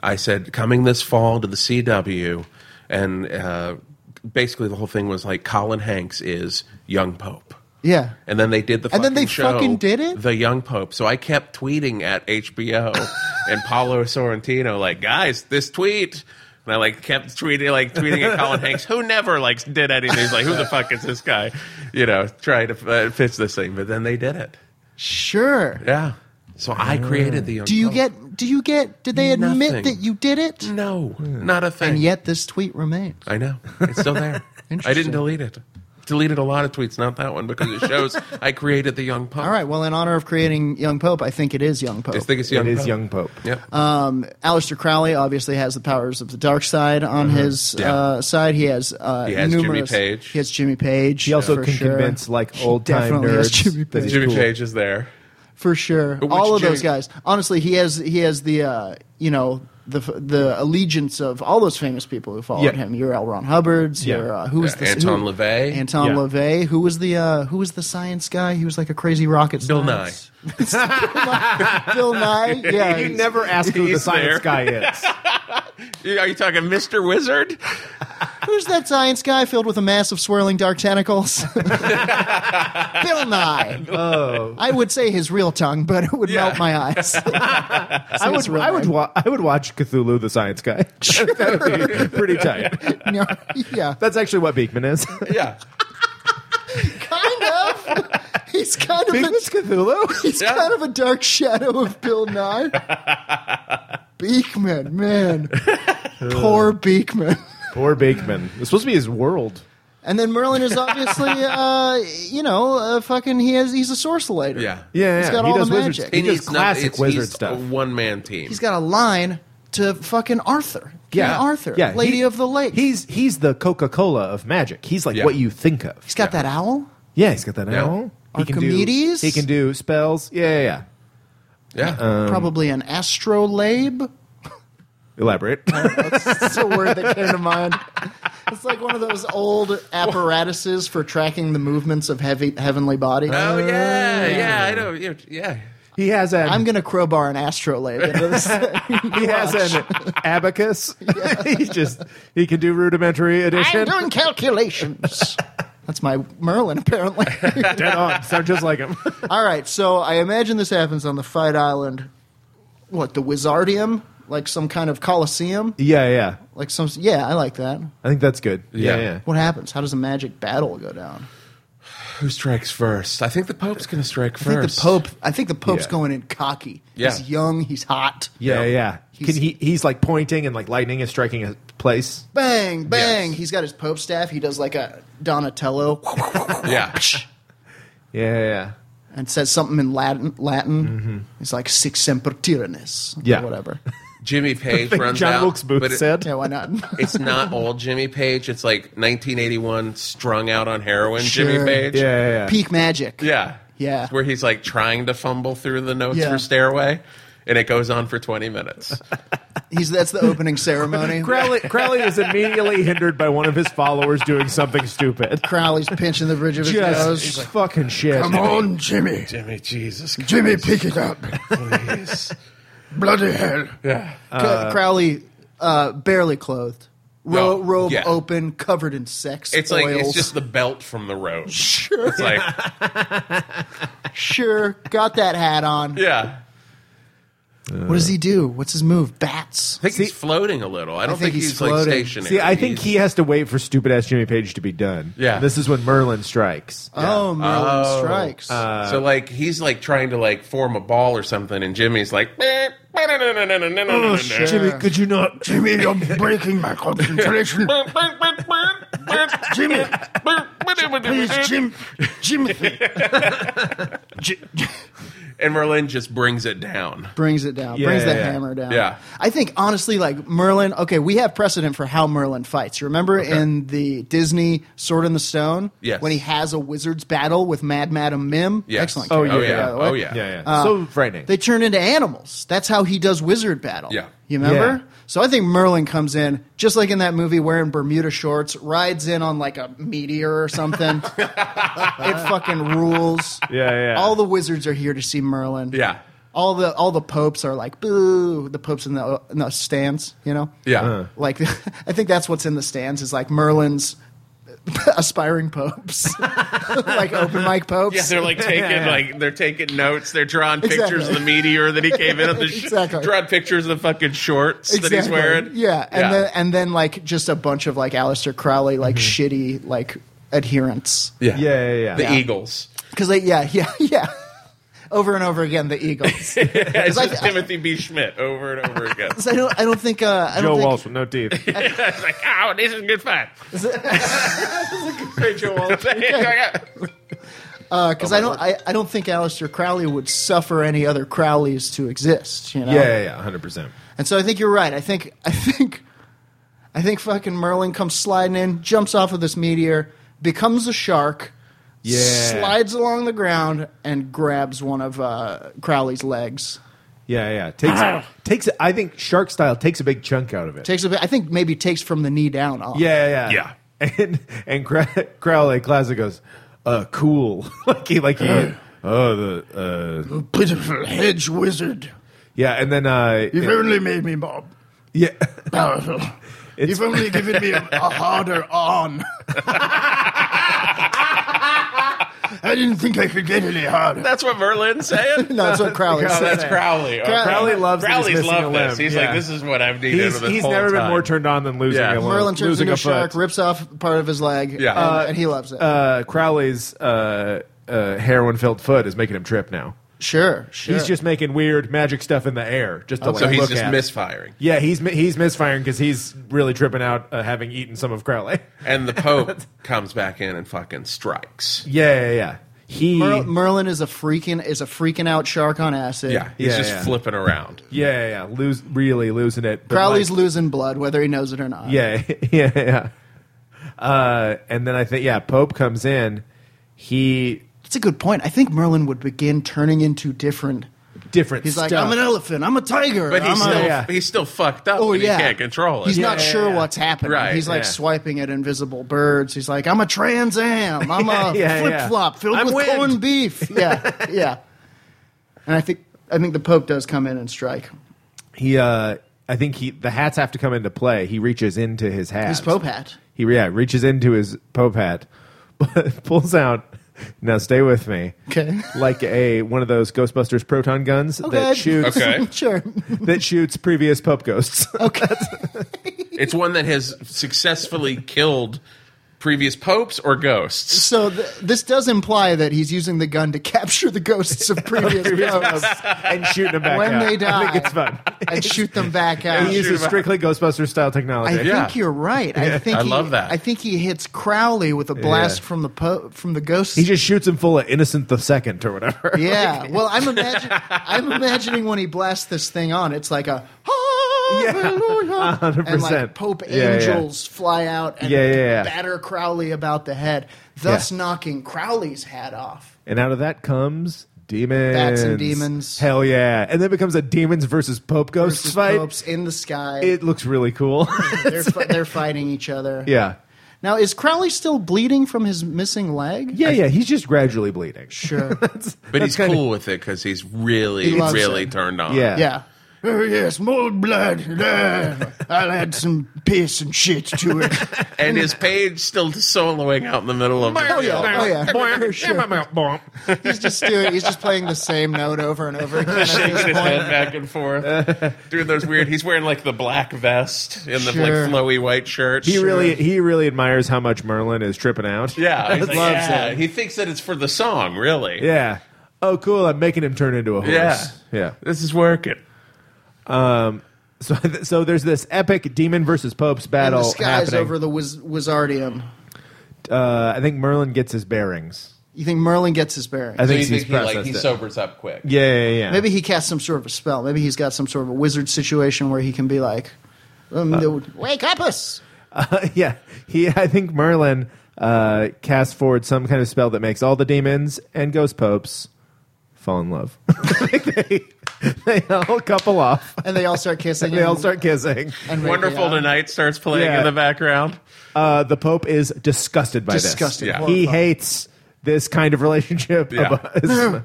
Speaker 2: I said, coming this fall to the CW, and uh, basically the whole thing was like Colin Hanks is young pope.
Speaker 3: Yeah.
Speaker 2: And then they did the
Speaker 3: And then
Speaker 2: fucking
Speaker 3: they
Speaker 2: show,
Speaker 3: fucking did it?
Speaker 2: The Young Pope. So I kept tweeting at HBO and Paolo Sorrentino, like, guys, this tweet. And I like kept tweeting, like tweeting at Colin Hanks, who never like did anything. He's like, who the fuck is this guy? You know, trying to uh, pitch this thing. But then they did it.
Speaker 3: Sure.
Speaker 2: Yeah. So I created the. Young
Speaker 3: Do you
Speaker 2: Pope.
Speaker 3: get? Do you get? Did they admit
Speaker 2: Oh. Nothing.
Speaker 3: that you did it?
Speaker 2: No, not a thing.
Speaker 3: Hmm. And yet this tweet remains.
Speaker 2: I know it's still there. I
Speaker 3: Interesting.
Speaker 2: didn't delete it. Deleted a lot of tweets, not that one because it shows I created the Young Pope.
Speaker 3: All right. Well, in honor of creating young pope, I think it is young pope.
Speaker 2: I think it's
Speaker 4: It
Speaker 2: Young.
Speaker 4: is
Speaker 2: Pope.
Speaker 4: young Pope.
Speaker 2: Yep.
Speaker 3: Aleister Crowley obviously has the powers of the dark side on his
Speaker 2: Mm-hmm. Yeah.
Speaker 3: uh, side. He has uh,
Speaker 2: He has Jimmy
Speaker 3: numerous.
Speaker 2: Page.
Speaker 3: He has Jimmy Page.
Speaker 4: He also
Speaker 3: for
Speaker 4: can
Speaker 3: sure.
Speaker 4: convince like old time
Speaker 3: definitely has Jimmy
Speaker 4: nerds that he's
Speaker 2: Jimmy
Speaker 4: cool.
Speaker 2: Page is there.
Speaker 3: for sure.
Speaker 2: But which
Speaker 3: All of
Speaker 2: Jimmy-
Speaker 3: those guys. Honestly, he has he has the uh, you know the the allegiance of all those famous people who followed
Speaker 4: Yeah.
Speaker 3: him. You're L. Ron Hubbard's.
Speaker 4: Yeah.
Speaker 3: You're uh, who was
Speaker 2: Yeah,
Speaker 3: this-
Speaker 2: Anton
Speaker 3: who-
Speaker 2: LaVey.
Speaker 3: Anton
Speaker 4: Yeah.
Speaker 3: LaVey. Who was the uh, who was the science guy? He was like a crazy rocket.
Speaker 2: Bill
Speaker 3: science. Bill Nye. Yeah.
Speaker 4: You never ask who the
Speaker 2: He's
Speaker 4: science
Speaker 2: there.
Speaker 4: guy is.
Speaker 2: Are you talking Mr. Wizard?
Speaker 3: Who's that science guy filled with a mass of swirling dark tentacles? Bill Nye.
Speaker 4: Oh.
Speaker 3: I would say his real tongue, but it would melt my eyes.
Speaker 4: I would, I would, wa- I would watch Cthulhu the Science Guy. that would be pretty tight.
Speaker 3: No, yeah,
Speaker 4: That's actually what Beekman is.
Speaker 2: Yeah.
Speaker 3: kind of. He's kind of a,
Speaker 4: Beekman's Cthulhu.
Speaker 3: he's kind of a dark shadow of Bill Nye. Beekman, man, poor Beekman.
Speaker 4: Poor Beekman. It's supposed to be his world.
Speaker 3: And then Merlin is obviously, uh, you know, uh, fucking. He has he's a sorcerer.
Speaker 2: Yeah.
Speaker 4: Yeah,
Speaker 3: He's
Speaker 4: yeah,
Speaker 3: got
Speaker 4: he
Speaker 3: all
Speaker 4: does
Speaker 3: the
Speaker 4: wizard
Speaker 3: magic.
Speaker 4: He does
Speaker 2: he's not-
Speaker 4: classic
Speaker 2: it's-
Speaker 4: wizard
Speaker 2: he's
Speaker 4: stuff.
Speaker 2: A one man team.
Speaker 3: He's got a line to fucking Arthur. King
Speaker 4: Yeah.
Speaker 3: Arthur,
Speaker 4: Yeah, he-
Speaker 3: Lady of the Lake.
Speaker 4: He's he's the Coca Cola of magic. He's like
Speaker 2: Yeah.
Speaker 4: what you think of.
Speaker 3: He's got that owl.
Speaker 4: yeah, he's got that
Speaker 2: Yeah.
Speaker 4: owl. He can do-
Speaker 3: Archimedes?
Speaker 4: He can do spells. Yeah, yeah. yeah.
Speaker 2: yeah.
Speaker 4: uh, Um,
Speaker 3: Probably an astrolabe.
Speaker 4: Elaborate.
Speaker 3: That's a word that came to mind. It's like one of those old apparatuses for tracking the movements of heavy heavenly bodies.
Speaker 2: oh yeah, yeah. I know. Yeah. yeah.
Speaker 4: he has an
Speaker 3: I'm gonna crowbar an astrolabe into this.
Speaker 4: he has an abacus. he just he can do rudimentary
Speaker 3: I'm
Speaker 4: addition.
Speaker 3: doing calculations. That's my Merlin, apparently.
Speaker 4: Dead on. Sound just like him.
Speaker 3: All right, so I imagine this happens on the Fight Island. What the Wizardium? Like some kind of coliseum?
Speaker 4: yeah, yeah.
Speaker 3: Like some? Yeah, I like that.
Speaker 4: I think that's good. Yeah,
Speaker 2: Yeah.
Speaker 4: yeah.
Speaker 3: What happens? How does a magic battle go down?
Speaker 2: Who strikes first? I think the Pope's going to strike
Speaker 3: I think
Speaker 2: first.
Speaker 3: the Pope. I think the Pope's
Speaker 4: Yeah.
Speaker 3: going in cocky.
Speaker 2: Yeah.
Speaker 3: He's young. He's hot.
Speaker 4: Yeah, yeah.
Speaker 3: He's-
Speaker 4: Can he? He's like pointing and like lightning is striking a place.
Speaker 3: Bang, bang.
Speaker 2: Yes.
Speaker 3: He's got his Pope staff. He does like a Donatello
Speaker 2: Yeah.
Speaker 4: Yeah, yeah, yeah.
Speaker 3: and says something in Latin. Latin. It's like six semper tyrannis.
Speaker 4: Mm-hmm. Yeah.
Speaker 3: Or whatever.
Speaker 2: Jimmy Page runs
Speaker 4: John
Speaker 2: out.
Speaker 4: Wilkes Booth
Speaker 2: but it-
Speaker 4: said.
Speaker 3: Yeah, why not?
Speaker 2: it's not old Jimmy Page. It's like 1981, strung out on heroin.
Speaker 3: Sure.
Speaker 2: Jimmy Page.
Speaker 4: Yeah, yeah, yeah.
Speaker 3: Peak magic.
Speaker 2: Yeah.
Speaker 3: Yeah.
Speaker 2: It's where he's like trying to fumble through the notes
Speaker 3: Yeah.
Speaker 2: for Stairway, and it goes on for 20 minutes.
Speaker 3: He's that's the opening ceremony.
Speaker 4: Crowley, Crowley is immediately hindered by one of his followers doing something stupid.
Speaker 3: Crowley's pinching the bridge of his nose.
Speaker 4: Just fucking shit.
Speaker 5: on, Jimmy.
Speaker 2: Jimmy, Jesus.
Speaker 5: Jimmy, pick it up.
Speaker 2: Please.
Speaker 5: Bloody hell.
Speaker 2: yeah.
Speaker 3: Cr- Crowley, uh, barely clothed, Ro-
Speaker 2: No,
Speaker 3: robe
Speaker 2: yeah.
Speaker 3: open, covered in sex.
Speaker 2: It's
Speaker 3: oils.
Speaker 2: like it's just the belt from the road.
Speaker 3: sure,
Speaker 2: It's like
Speaker 3: sure. Got that hat on.
Speaker 2: yeah.
Speaker 3: what does he do? What's his move? Bats.
Speaker 2: I think he's floating a little. I don't
Speaker 3: think
Speaker 2: think,
Speaker 3: he's
Speaker 2: he's, like
Speaker 3: floating.
Speaker 2: stationary.
Speaker 4: See, I think
Speaker 2: He's-
Speaker 4: he has to wait for stupid ass Jimmy Page to be done.
Speaker 2: Yeah.
Speaker 4: This is when Merlin strikes.
Speaker 3: Oh, Merlin strikes.
Speaker 5: Uh,
Speaker 2: so like he's like trying to like form a ball or something, and Jimmy's like, oh
Speaker 4: Jimmy, could you not?
Speaker 5: Jimmy, you're breaking my concentration. Jimmy, please, Jim, Jimothy.
Speaker 2: and Merlin just brings it down.
Speaker 3: brings it down, brings
Speaker 4: yeah,
Speaker 3: the
Speaker 4: yeah.
Speaker 3: hammer down.
Speaker 2: Yeah.
Speaker 3: I think honestly, like Merlin. Okay, we have precedent for how Merlin fights. You remember in the Disney Sword in the Stone,
Speaker 2: Yes.
Speaker 3: when he has a wizard's battle with Mad Madam Mim.
Speaker 2: Yes.
Speaker 3: Excellent.
Speaker 4: Oh,
Speaker 3: character,
Speaker 4: yeah,
Speaker 3: by
Speaker 4: yeah.
Speaker 3: the way.
Speaker 2: Oh yeah.
Speaker 4: Yeah, yeah. so frightening.
Speaker 3: Uh, They turn into animals. That's how he does wizard battle.
Speaker 2: Yeah.
Speaker 3: You remember?
Speaker 4: Yeah.
Speaker 3: So I think Merlin comes in, just like in that movie, wearing Bermuda shorts, rides in on like a meteor or something. it fucking rules.
Speaker 4: Yeah, yeah.
Speaker 3: All the wizards are here to see Merlin.
Speaker 2: Yeah.
Speaker 3: All the all the popes are like boo. The popes in the in the stands, you know.
Speaker 2: Yeah.
Speaker 3: Like I think that's what's in the stands is like Merlin's aspiring popes, like open mic popes.
Speaker 2: Yeah, they're like taking like they're taking notes. They're drawing pictures
Speaker 3: Exactly.
Speaker 2: of the meteor that he came in on the sh-
Speaker 3: Exactly.
Speaker 2: drawing pictures of the fucking shorts that he's wearing.
Speaker 3: Yeah, and
Speaker 2: yeah.
Speaker 3: then and then like just a bunch of like Aleister Crowley like shitty like adherents
Speaker 2: yeah.
Speaker 4: Yeah, yeah, yeah.
Speaker 2: The
Speaker 4: Yeah.
Speaker 2: Eagles.
Speaker 3: because they yeah yeah yeah over and over again the Eagles.
Speaker 2: it's
Speaker 3: like-
Speaker 2: just Timothy B. Schmidt over and over again.
Speaker 3: 'Cause I don't I don't think uh, I don't
Speaker 4: Joe
Speaker 3: think,
Speaker 4: Walsh with no teeth.
Speaker 2: it's like, oh, this is good fun. Great Joe Walsh.
Speaker 3: because I don't I, I don't think Aleister Crowley would suffer any other Crowleys to exist. You know.
Speaker 4: yeah, yeah, yeah, hundred percent.
Speaker 3: And so I think you're right. I think I think I think fucking Merlin comes sliding in, jumps off of this meteor, becomes a shark,
Speaker 4: Yeah.
Speaker 3: slides along the ground and grabs one of uh, Crowley's legs.
Speaker 4: Yeah, yeah. Takes takes. I think shark style takes a big chunk out of it.
Speaker 3: Takes a bit, I think maybe takes from the knee down off.
Speaker 4: yeah, yeah,
Speaker 2: Yeah.
Speaker 4: And and Cra- Crowley classic goes, uh, cool. like he like he. Oh the uh,
Speaker 5: Pitiful hedge wizard.
Speaker 4: yeah, and then uh,
Speaker 5: You've only made me more
Speaker 4: yeah,
Speaker 5: powerful. You've only given me a, a harder on. I didn't think I could get any harder.
Speaker 2: That's what Merlin's saying?
Speaker 3: No, that's what Crowley
Speaker 2: Oh,
Speaker 3: said.
Speaker 2: that's Crowley. Okay.
Speaker 4: Crowley loves that he's
Speaker 2: Crowley's
Speaker 4: missing a
Speaker 2: loved this.
Speaker 4: limb.
Speaker 2: He's
Speaker 4: Yeah.
Speaker 2: like, this is what I've needed.
Speaker 4: he's
Speaker 2: this
Speaker 4: he's
Speaker 2: whole
Speaker 4: never been
Speaker 2: time.
Speaker 4: more turned on than losing.
Speaker 2: Yeah.
Speaker 4: A,
Speaker 3: Merlin turns
Speaker 4: losing
Speaker 3: into a
Speaker 4: a
Speaker 3: shark,
Speaker 4: foot.
Speaker 3: rips off part of his leg,
Speaker 2: Yeah.
Speaker 3: and,
Speaker 2: Uh,
Speaker 3: and he loves it.
Speaker 4: Uh, Crowley's uh, uh, heroin filled foot is making him trip now.
Speaker 3: sure, sure. Oh,
Speaker 4: He's just making weird magic stuff in the air. Just to, like,
Speaker 2: So he's
Speaker 4: look
Speaker 2: just
Speaker 4: at.
Speaker 2: misfiring.
Speaker 4: Yeah, he's mi- he's misfiring because he's really tripping out uh, having eaten some of Crowley.
Speaker 2: And the Pope comes back in and fucking strikes.
Speaker 4: yeah, yeah, yeah. He
Speaker 3: Mer- Merlin is a freaking is a freaking out shark on acid.
Speaker 2: Yeah. He's
Speaker 4: Yeah,
Speaker 2: just
Speaker 4: yeah.
Speaker 2: flipping around.
Speaker 4: yeah, yeah, yeah, lose really losing it. But,
Speaker 3: Crowley's
Speaker 4: like,
Speaker 3: losing blood, whether he knows it or not.
Speaker 4: yeah, yeah, yeah. Uh, and then I think yeah, Pope comes in. He
Speaker 3: That's a good point. I think Merlin would begin turning into different.
Speaker 4: different.
Speaker 3: He's like,
Speaker 4: stuff.
Speaker 3: I'm an elephant. I'm a tiger.
Speaker 2: But he's
Speaker 3: I'm
Speaker 2: still,
Speaker 3: a,
Speaker 4: yeah.
Speaker 2: he's still fucked up.
Speaker 3: oh
Speaker 2: and
Speaker 3: yeah,
Speaker 2: He can't control it.
Speaker 3: He's not
Speaker 4: Yeah, yeah,
Speaker 3: sure
Speaker 4: yeah.
Speaker 3: what's happening.
Speaker 2: Right,
Speaker 3: he's like
Speaker 4: yeah.
Speaker 3: swiping at invisible birds. He's like, I'm a Trans Am. I'm
Speaker 4: Yeah,
Speaker 3: a
Speaker 4: yeah,
Speaker 3: flip flop
Speaker 4: yeah.
Speaker 3: filled
Speaker 4: I'm
Speaker 3: with
Speaker 4: wind."
Speaker 3: corned beef. Yeah, yeah. And I think I think the Pope does come in and strike.
Speaker 4: he uh, I think he the hats have to come into play. He reaches into his hat.
Speaker 3: His Pope hat.
Speaker 4: He yeah reaches into his Pope hat, but pulls out. Now stay with me.
Speaker 3: Okay. Oh,
Speaker 4: Like a one of those Ghostbusters proton guns
Speaker 3: Okay.
Speaker 4: that shoots
Speaker 2: Okay.
Speaker 3: sure.
Speaker 4: that shoots previous Pope ghosts.
Speaker 3: Okay.
Speaker 2: It's one that has successfully killed previous popes or ghosts.
Speaker 3: So th- this does imply that he's using the gun to capture the ghosts of previous popes
Speaker 4: and shooting them back
Speaker 3: When
Speaker 4: out.
Speaker 3: they
Speaker 4: I
Speaker 3: die.
Speaker 4: think it's fun.
Speaker 3: and shoot them back out.
Speaker 4: He uses strictly Ghostbuster style technology.
Speaker 3: I
Speaker 2: Yeah.
Speaker 3: think you're right. I think
Speaker 2: I
Speaker 3: he,
Speaker 2: love that.
Speaker 3: I think he hits Crowley with a blast from the po- from the ghost.
Speaker 4: He just shoots him full of Innocent the Second or whatever.
Speaker 3: yeah. well, I'm imagine, I'm imagining when he blasts this thing on, it's like a
Speaker 4: Yeah.
Speaker 3: hallelujah, and like
Speaker 4: 100%.
Speaker 3: Pope
Speaker 4: Yeah, yeah.
Speaker 3: angels fly out and
Speaker 4: Yeah, yeah, yeah.
Speaker 3: batter Crowley about the head, thus
Speaker 4: Yeah.
Speaker 3: knocking Crowley's hat off.
Speaker 4: And out of that comes demons.
Speaker 3: Bats and demons.
Speaker 4: Hell yeah. And then it becomes a demons versus Pope ghosts
Speaker 3: Versus
Speaker 4: fight.
Speaker 3: Popes in the sky.
Speaker 4: It looks really cool.
Speaker 3: they're, fi- they're fighting each other.
Speaker 4: yeah.
Speaker 3: Now is Crowley still bleeding from his missing leg?
Speaker 4: Yeah, yeah. He's just gradually bleeding.
Speaker 3: Sure.
Speaker 2: But he's cool with it because he's really,
Speaker 3: He loves
Speaker 2: really
Speaker 3: it.
Speaker 2: turned on.
Speaker 4: Yeah.
Speaker 3: yeah.
Speaker 5: Oh, yes, mold blood. Ah, I'll add some piss and shit to it.
Speaker 2: and his page still soloing out in the middle of the
Speaker 3: Oh, yeah. Oh, yeah. For sure.
Speaker 4: Sure.
Speaker 3: He's just doing. He's just playing the same note over and over again. at
Speaker 2: shaking
Speaker 3: this
Speaker 2: his
Speaker 3: point.
Speaker 2: head back and forth doing those weird. He's wearing like the black vest and the like
Speaker 3: Sure.
Speaker 2: flowy white shirt.
Speaker 4: He really he really admires how much Merlin is tripping out.
Speaker 2: yeah, he's like,
Speaker 3: Loves
Speaker 2: yeah.
Speaker 3: it.
Speaker 2: He thinks that it's for the song, really.
Speaker 4: Yeah. Oh, cool! I'm making him turn into a horse.
Speaker 2: yeah,
Speaker 4: yeah.
Speaker 2: This is working.
Speaker 4: So, so there's this epic demon versus popes
Speaker 3: In
Speaker 4: battle
Speaker 3: the skies
Speaker 4: happening.
Speaker 3: over the Wiz- Wizardium.
Speaker 4: uh, I think Merlin gets his bearings.
Speaker 3: You think Merlin gets his bearings?
Speaker 4: I
Speaker 2: So
Speaker 4: think
Speaker 2: you
Speaker 4: he's
Speaker 2: think he like
Speaker 4: processed
Speaker 2: he
Speaker 4: it.
Speaker 2: sobers up quick.
Speaker 4: Yeah, yeah, yeah.
Speaker 3: Maybe he casts some sort of a spell. Maybe he's got some sort of a wizard situation where he can be like, um,
Speaker 4: Uh.
Speaker 3: the- "Wake up, us!"
Speaker 4: yeah. He, I think Merlin uh, casts forward some kind of spell that makes all the demons and ghost popes fall in love. they, they all couple off.
Speaker 3: And they all start kissing.
Speaker 4: They all
Speaker 3: and-
Speaker 4: start kissing.
Speaker 3: and making
Speaker 2: Wonderful
Speaker 3: out.
Speaker 2: Tonight starts playing
Speaker 4: Yeah.
Speaker 2: in the background.
Speaker 4: Uh, the Pope is disgusted by
Speaker 3: Disgusted.
Speaker 4: this.
Speaker 3: Yeah.
Speaker 4: He
Speaker 3: Horrified.
Speaker 4: hates this kind of relationship.
Speaker 2: Yeah.
Speaker 4: About, is,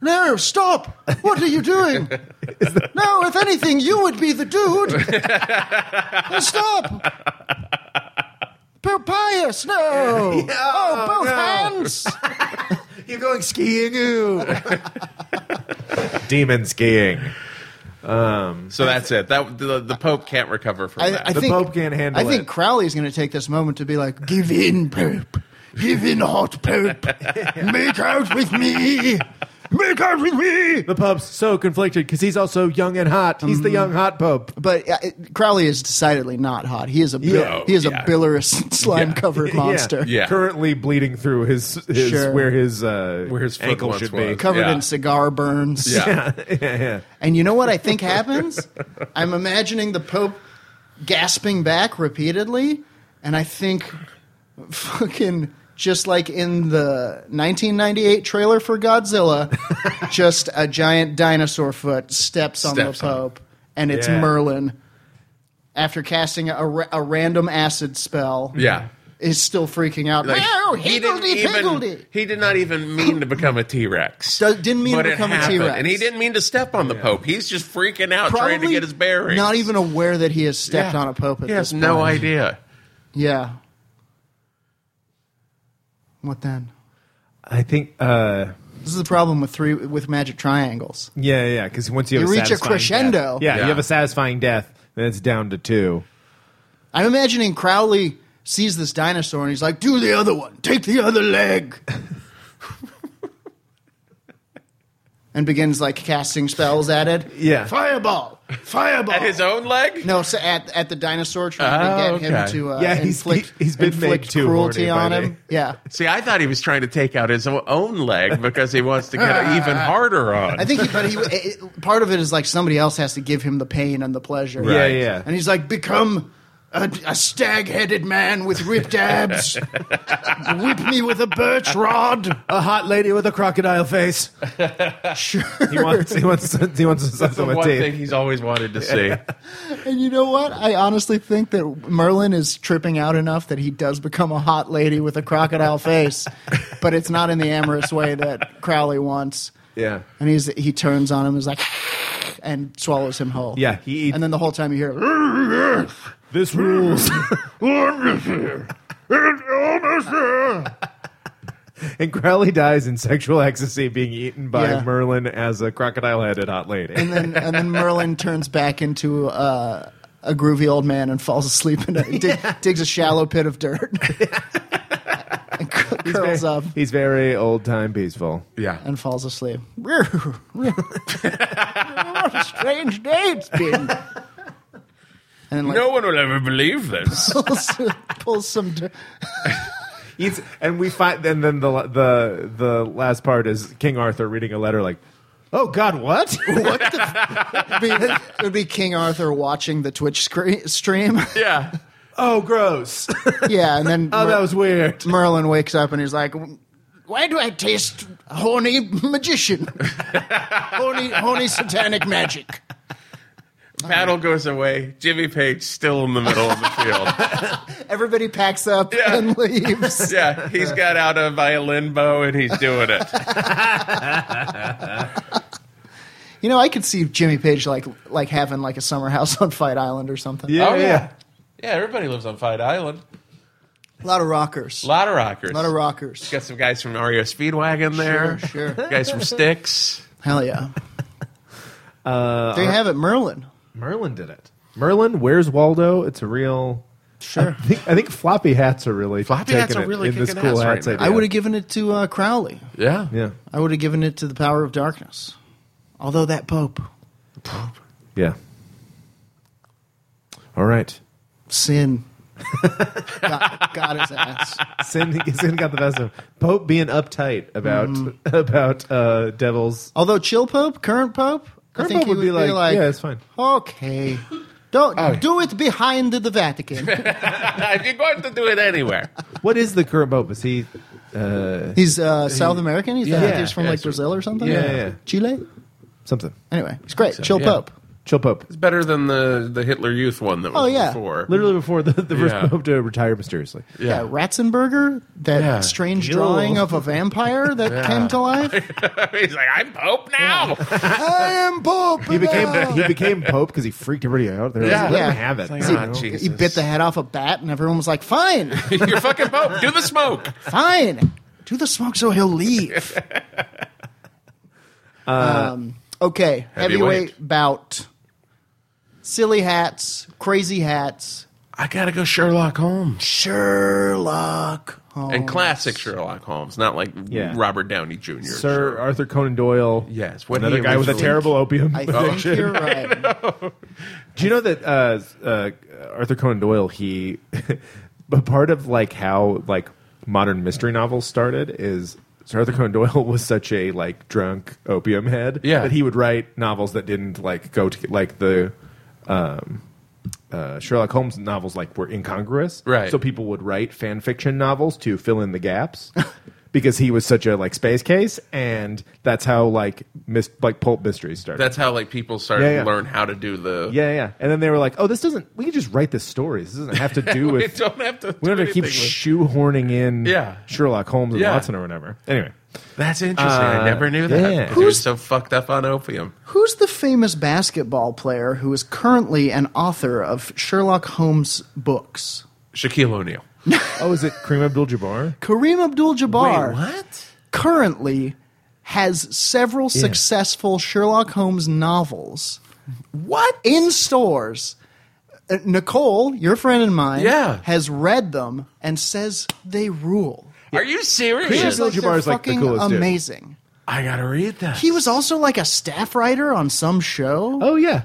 Speaker 3: No, stop! What are you doing? no, if anything, you would be the dude. No, stop! Pope Pius, no! oh, both hands!
Speaker 4: You're going skiing, ooh. Demon skiing.
Speaker 2: So that's it. That the, the Pope can't recover from that.
Speaker 3: I, I
Speaker 4: The
Speaker 3: think,
Speaker 4: Pope can't handle
Speaker 3: I think
Speaker 4: it.
Speaker 3: Crowley's going to take this moment to be like,
Speaker 5: Give in, Pope. Give in, hot Pope. Make out with me. Make out with me.
Speaker 4: The Pope's so conflicted because he's also young and hot. He's the young hot Pope.
Speaker 3: But uh, it- Crowley is decidedely not hot. He is a bil-
Speaker 4: Yeah.
Speaker 3: he is
Speaker 2: Yeah.
Speaker 3: a bilirous slime covered
Speaker 4: Yeah.
Speaker 3: monster
Speaker 2: Yeah.
Speaker 4: Currently bleeding through his, his
Speaker 3: Sure.
Speaker 4: where his uh,
Speaker 2: Where his foot
Speaker 4: ankle
Speaker 2: once
Speaker 4: should
Speaker 2: was.
Speaker 4: be.
Speaker 3: covered
Speaker 2: Yeah.
Speaker 3: in cigar burns.
Speaker 2: yeah.
Speaker 3: And you know what I think happens? I'm imagining the Pope gasping back repeatedly, and I think fucking just like in the 1998 trailer for Godzilla, just a giant dinosaur foot steps on
Speaker 2: Steps
Speaker 3: the
Speaker 2: on it.
Speaker 3: Pope, and it's
Speaker 4: Yeah.
Speaker 3: Merlin. After casting a, ra- a random acid spell,
Speaker 2: Yeah.
Speaker 3: is still freaking out.
Speaker 2: Like,
Speaker 3: wow,
Speaker 2: he didn't
Speaker 3: higgledy
Speaker 2: even
Speaker 3: piggledy.
Speaker 2: he did not even mean to become a T Rex.
Speaker 3: So- didn't mean to become a T-Rex.
Speaker 2: and he didn't mean to step on the Pope. He's just freaking out trying to
Speaker 3: Probably
Speaker 2: get his bearings.
Speaker 3: Not even aware that he has stepped
Speaker 2: Yeah.
Speaker 3: on a pope at
Speaker 2: He
Speaker 3: this
Speaker 2: has no
Speaker 3: point.
Speaker 2: idea.
Speaker 3: Yeah. What then?
Speaker 4: I think, uh,
Speaker 3: This is the problem with three with magic triangles.
Speaker 4: yeah, yeah, because once you, have
Speaker 3: You reach a
Speaker 4: satisfying
Speaker 3: crescendo.
Speaker 4: death- yeah,
Speaker 2: Yeah.
Speaker 4: you have a satisfying death, then it's down to two.
Speaker 3: I'm imagining Crowley sees this dinosaur and he's like,
Speaker 5: Do
Speaker 3: "Dude,
Speaker 5: the other one. Take the other leg.
Speaker 3: and begins like casting spells at it.
Speaker 4: Yeah.
Speaker 5: Fireball. Fireball.
Speaker 2: At his own leg?
Speaker 3: No, so at at the dinosaur trying
Speaker 2: Oh,
Speaker 3: to get him
Speaker 2: okay.
Speaker 3: to uh,
Speaker 4: Yeah, he's-
Speaker 3: inflict
Speaker 4: he- he's been made
Speaker 3: inflict
Speaker 4: too
Speaker 3: cruelty
Speaker 4: horny
Speaker 3: on
Speaker 4: by
Speaker 3: him.
Speaker 4: me.
Speaker 3: Yeah,
Speaker 2: See, I thought he was trying to take out his own leg because he wants to get it even harder on.
Speaker 3: I think. He, but he it, it- part of it is like somebody else has to give him the pain and the pleasure.
Speaker 4: Yeah, yeah.
Speaker 3: And he's like,
Speaker 5: Become a, a stag-headed man with ripped abs. Whip me with a birch rod.
Speaker 4: A hot lady with a crocodile face.
Speaker 3: sure.
Speaker 4: He wants, he wants, he wants to suck
Speaker 2: That's the
Speaker 4: on my
Speaker 2: one
Speaker 4: teeth.
Speaker 2: thing he's always wanted to see.
Speaker 3: And you know what? I honestly think that Merlin is tripping out enough that he does become a hot lady with a crocodile face, but it's not in the amorous way that Crowley wants.
Speaker 4: Yeah.
Speaker 3: And he's he turns on him, is like, and swallows him whole.
Speaker 4: Yeah, he-
Speaker 3: and then the whole time you hear,
Speaker 4: This rules. and Crowley dies in sexual ecstasy, being eaten by
Speaker 3: Yeah.
Speaker 4: Merlin as a crocodile-headed hot lady.
Speaker 3: and then and then Merlin turns back into uh, a groovy old man and falls asleep and dig, digs a shallow pit of dirt and cu- curls up
Speaker 4: He's very old-time peaceful.
Speaker 2: Yeah.
Speaker 3: and falls asleep. what a strange day it's been. And then like
Speaker 2: No one will ever believe this.
Speaker 3: pulls, pulls some. dir-
Speaker 4: He's, and we find, and then the the the last part is King Arthur reading a letter like, "Oh God, what?
Speaker 3: What the? F- it'd, be, it'd be King Arthur watching the Twitch scre- stream.
Speaker 2: Yeah.
Speaker 4: oh, gross.
Speaker 3: yeah, and then
Speaker 4: oh,
Speaker 3: Mer-
Speaker 4: that was weird."
Speaker 3: Merlin wakes up and he's like, "Why do I taste horny magician? horny, horny satanic magic."
Speaker 2: Battle goes away. Jimmy Page still in the middle of the field.
Speaker 3: Everybody packs up
Speaker 2: Yeah.
Speaker 3: and leaves.
Speaker 2: Yeah, he's got out a violin bow and he's doing it.
Speaker 3: You know, I could see Jimmy Page like like having like a summer house on Fight Island or something.
Speaker 2: oh yeah. yeah, Everybody lives on Fight Island.
Speaker 3: A lot of rockers.
Speaker 2: A
Speaker 3: A
Speaker 2: lot of rockers.
Speaker 3: lot of rockers.
Speaker 2: Got some guys from REO Speedwagon there.
Speaker 3: Sure, sure.
Speaker 2: Guys from Sticks.
Speaker 3: Hell yeah. Uh, there you have it, Merlin.
Speaker 4: Merlin did it. Merlin, where's Waldo? It's a real. Sure. I think, I think floppy hats are really
Speaker 2: Floppy
Speaker 4: taking
Speaker 2: hats are
Speaker 4: it
Speaker 2: really
Speaker 4: in this
Speaker 2: kicking
Speaker 4: cool
Speaker 2: ass right
Speaker 4: hats
Speaker 2: now.
Speaker 4: idea.
Speaker 3: I would have given it to uh, Crowley.
Speaker 2: Yeah.
Speaker 4: Yeah.
Speaker 3: I would have given it to the power of darkness. Although that Pope,
Speaker 4: Yeah. All right.
Speaker 3: sin, got, got his ass.
Speaker 4: Sin, Sin got the best of him. Pope being uptight about
Speaker 2: Mm-hmm.
Speaker 4: about uh, devils.
Speaker 3: Although chill Pope, current Pope, I
Speaker 4: Current
Speaker 3: think
Speaker 4: Pope
Speaker 3: he
Speaker 4: would be like, yeah, it's fine.
Speaker 3: Okay, don't do it behind the Vatican.
Speaker 2: if you're going to do it anywhere.
Speaker 4: What is the current Pope? Is he? Uh,
Speaker 3: he's uh, South American. He's, I think he's from
Speaker 2: yeah,
Speaker 3: like
Speaker 2: sure.
Speaker 3: Brazil or something.
Speaker 4: Yeah, yeah.
Speaker 3: Chile.
Speaker 4: something.
Speaker 3: Anyway, he's great. Chill
Speaker 2: yeah.
Speaker 3: Pope.
Speaker 4: Chill Pope.
Speaker 2: It's better than the, the Hitler Youth one that was
Speaker 3: Oh, yeah.
Speaker 2: before.
Speaker 4: Literally before the, the first
Speaker 2: Yeah.
Speaker 4: Pope to retire mysteriously.
Speaker 3: Yeah. Ratzenberger, that
Speaker 2: Yeah.
Speaker 3: strange drawing of a vampire that came to life.
Speaker 2: He's like, I'm Pope now.
Speaker 3: I am Pope.
Speaker 4: He became he became Pope because he freaked everybody out. They're
Speaker 2: Yeah.
Speaker 4: like, let
Speaker 3: Yeah.
Speaker 4: him have it.
Speaker 2: It's
Speaker 4: you
Speaker 2: like, ah,
Speaker 4: know?
Speaker 2: Jesus.
Speaker 3: He bit the head off a bat, and everyone was like, "Fine,
Speaker 2: you're fucking Pope. Do the smoke.
Speaker 3: fine, do the smoke so he'll leave." um, okay, heavyweight,
Speaker 2: Heavyweight.
Speaker 3: bout. Silly hats, crazy hats,
Speaker 2: I gotta go Sherlock Holmes.
Speaker 3: Sherlock Holmes.
Speaker 2: And classic Sherlock Holmes, not like
Speaker 4: Yeah.
Speaker 2: Robert Downey Jr.
Speaker 4: Sir Arthur Conan Doyle.
Speaker 2: Yes, when
Speaker 4: another
Speaker 2: he
Speaker 4: guy with a
Speaker 2: originally-
Speaker 4: terrible opium
Speaker 3: I
Speaker 4: addiction.
Speaker 3: think you're right.
Speaker 4: Do you know that uh, uh, Arthur Conan Doyle? He, but part of like how like modern mystery novels started is Sir Arthur Conan Doyle was such a like drunk opium head
Speaker 2: Yeah.
Speaker 4: that he would write novels that didn't like go to like the. Um, uh, Sherlock Holmes novels like were incongruous,
Speaker 2: Right.
Speaker 4: So people would write fan fiction novels to fill in the gaps because he was such a like space case, and that's how like mis- like pulp mysteries started.
Speaker 2: That's how like people started
Speaker 4: Yeah, yeah.
Speaker 2: to learn how to do the.
Speaker 4: Yeah, yeah. And then they were like, "Oh, this doesn't. We can just write this stories. This doesn't have to do
Speaker 2: We
Speaker 4: with.
Speaker 2: don't have to.
Speaker 4: we don't
Speaker 2: do
Speaker 4: have to keep
Speaker 2: anything with-
Speaker 4: shoehorning in
Speaker 2: Yeah.
Speaker 4: Sherlock Holmes and
Speaker 2: Yeah.
Speaker 4: Watson or whatever. Anyway,
Speaker 2: That's interesting. I never knew that.
Speaker 4: yeah.
Speaker 2: They were so fucked up on opium.
Speaker 3: Who's the famous basketball player who is currently an author of Sherlock Holmes books?
Speaker 2: Shaquille O'Neal.
Speaker 4: oh, is it Kareem Abdul-Jabbar?
Speaker 3: Kareem Abdul-Jabbar
Speaker 2: what?
Speaker 3: currently has several successful Sherlock Holmes novels. What in stores? Uh, Nicole, your friend and mine,
Speaker 2: Yeah.
Speaker 3: has read them and says they rule.
Speaker 2: Are you serious?
Speaker 4: Kareem
Speaker 3: She's like,
Speaker 4: Abdul-Jabbar
Speaker 3: they're
Speaker 4: is, like, the
Speaker 3: fucking
Speaker 4: coolest dude.
Speaker 3: amazing.
Speaker 2: I gotta read that.
Speaker 3: He was also like a staff writer on some show.
Speaker 4: Oh yeah,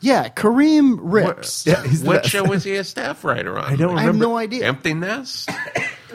Speaker 3: Yeah, Kareem rips.
Speaker 4: yeah. He's the
Speaker 2: what
Speaker 4: best.
Speaker 2: show was he a staff writer on?
Speaker 4: I don't remember.
Speaker 3: I have no idea.
Speaker 2: Empty Nest,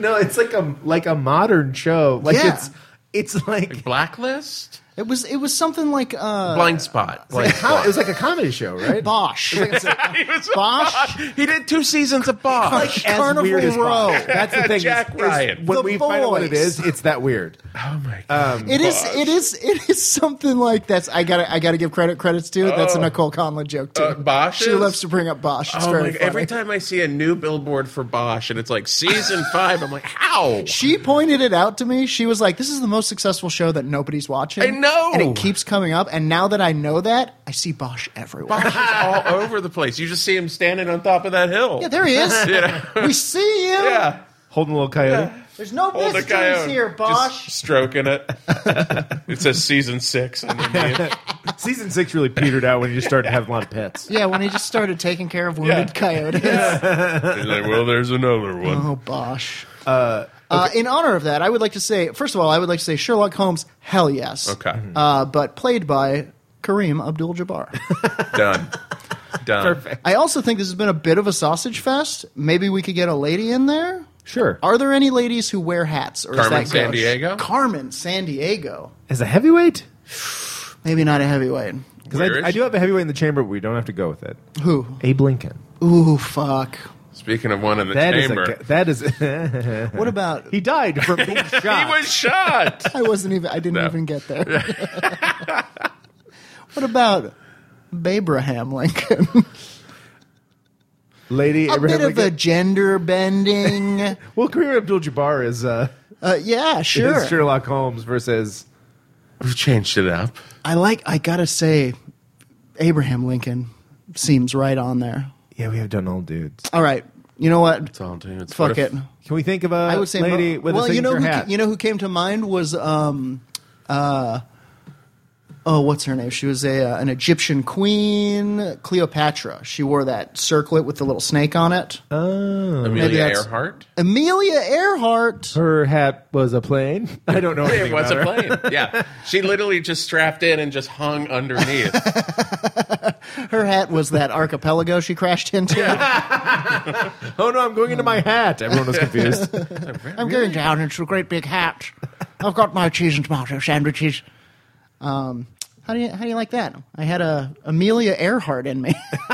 Speaker 4: No, it's like a like a modern show. Like
Speaker 3: Yeah.
Speaker 4: it's it's like
Speaker 2: Blacklist,
Speaker 3: It was it was something like uh,
Speaker 2: Blind Spot. Blind
Speaker 4: com- it
Speaker 2: Spot.
Speaker 4: was like a comedy show, right?
Speaker 3: Bosch.
Speaker 2: He was a
Speaker 3: Bosch?
Speaker 2: Bosch. He did two seasons of Bosch.
Speaker 4: As
Speaker 3: Carnival
Speaker 4: weird as possible.
Speaker 3: Row.
Speaker 4: That's the thing.
Speaker 2: Jack
Speaker 4: is- is
Speaker 2: Ryan.
Speaker 4: When
Speaker 3: The
Speaker 4: we find out what it is,
Speaker 3: Boys.
Speaker 4: it's that weird.
Speaker 2: oh my
Speaker 4: Uh,
Speaker 2: god!
Speaker 3: It is it is it is something like that's I gotta I gotta give credit credits to. That's a Nicole Conlon joke too.
Speaker 2: Oh. Uh, Bosch
Speaker 3: She
Speaker 2: is?
Speaker 3: loves to bring up Bosch. It's
Speaker 2: oh
Speaker 3: very
Speaker 2: my god!
Speaker 3: funny.
Speaker 2: Every time I see a new billboard for Bosch and it's like season five, I'm like, how?
Speaker 3: she pointed it out to me. She was like, "This is the most successful show that nobody's watching."
Speaker 2: I know.
Speaker 3: and it keeps coming up. And now that I know that, I see Bosch everywhere.
Speaker 2: Bosch is all over the place. You just see him standing on top of that hill.
Speaker 3: Yeah, there he is. We see you.
Speaker 2: Yeah.
Speaker 4: Holding a little coyote.
Speaker 3: There's no
Speaker 2: Hold the coyote.
Speaker 3: mysteries here,
Speaker 2: Just
Speaker 3: Bosch.
Speaker 2: stroking it. it says season six. On the
Speaker 4: Season six really petered out when you just started to have a lot of pets.
Speaker 3: yeah, when he just started taking care of wounded coyotes.
Speaker 2: He's like, well, there's another one.
Speaker 3: Oh, Bosch. Uh, in honor of that, I would like to say, first of all, I would like to say Sherlock Holmes, hell yes.
Speaker 2: Okay.
Speaker 3: Uh, but played by Kareem Abdul Jabbar.
Speaker 2: Done. Done. Perfect.
Speaker 3: I also think this has been a bit of a sausage fest. Maybe we could get a lady in there.
Speaker 4: Sure.
Speaker 3: Are there any ladies who wear hats? Or
Speaker 2: Carmen
Speaker 3: is that gross?
Speaker 2: Sandiego?
Speaker 3: Carmen San Diego.
Speaker 4: As a heavyweight.
Speaker 3: Maybe not a heavyweight.
Speaker 4: Because
Speaker 2: Where
Speaker 4: I, I
Speaker 2: is
Speaker 4: do have a heavyweight in the chamber, but we don't have to go with it.
Speaker 3: Who?
Speaker 4: Abe Lincoln.
Speaker 3: Ooh, fuck.
Speaker 2: Speaking of one in the
Speaker 4: That is
Speaker 2: chamber,
Speaker 4: a, that is.
Speaker 3: What about?
Speaker 4: he died from being shot.
Speaker 2: he was shot.
Speaker 3: I wasn't even. I didn't
Speaker 2: No.
Speaker 3: even get there. what about Abraham Lincoln?
Speaker 4: Lady
Speaker 3: a
Speaker 4: Abraham
Speaker 3: bit of a
Speaker 4: Lincoln.
Speaker 3: gender bending.
Speaker 4: well, Kareem Abdul-Jabbar is, uh,
Speaker 3: uh, yeah, sure.
Speaker 4: is Sherlock Holmes versus
Speaker 2: We've changed it up.
Speaker 3: I like. I gotta say, Abraham Lincoln seems right on there.
Speaker 4: Yeah, we have done old dudes.
Speaker 3: All right, you know what?
Speaker 2: It's all dude. It's
Speaker 3: Fuck
Speaker 2: what if-
Speaker 3: it.
Speaker 4: Can we think of a
Speaker 3: I would say
Speaker 4: lady
Speaker 3: mo-
Speaker 4: with
Speaker 3: well,
Speaker 4: a signature
Speaker 3: you know who
Speaker 4: hat?
Speaker 3: ca- you know who came to mind was um uh oh what's her name? She was a uh, an Egyptian queen, Cleopatra. She wore that circlet with the little snake on it.
Speaker 2: Amelia
Speaker 3: that's-
Speaker 2: Earhart.
Speaker 3: Amelia Earhart.
Speaker 4: her hat was a plane. I don't know.
Speaker 2: It
Speaker 4: anything
Speaker 2: was
Speaker 4: about
Speaker 2: a
Speaker 4: her.
Speaker 2: plane. Yeah, she literally just strapped in and just hung underneath.
Speaker 3: Her hat was that archipelago she crashed into.
Speaker 4: Oh no, I'm going into my hat. Everyone was confused.
Speaker 3: I'm going down into a great big hat. I've got my cheese and tomato sandwiches. Um, how do you how do you like that? I had a Amelia Earhart in me.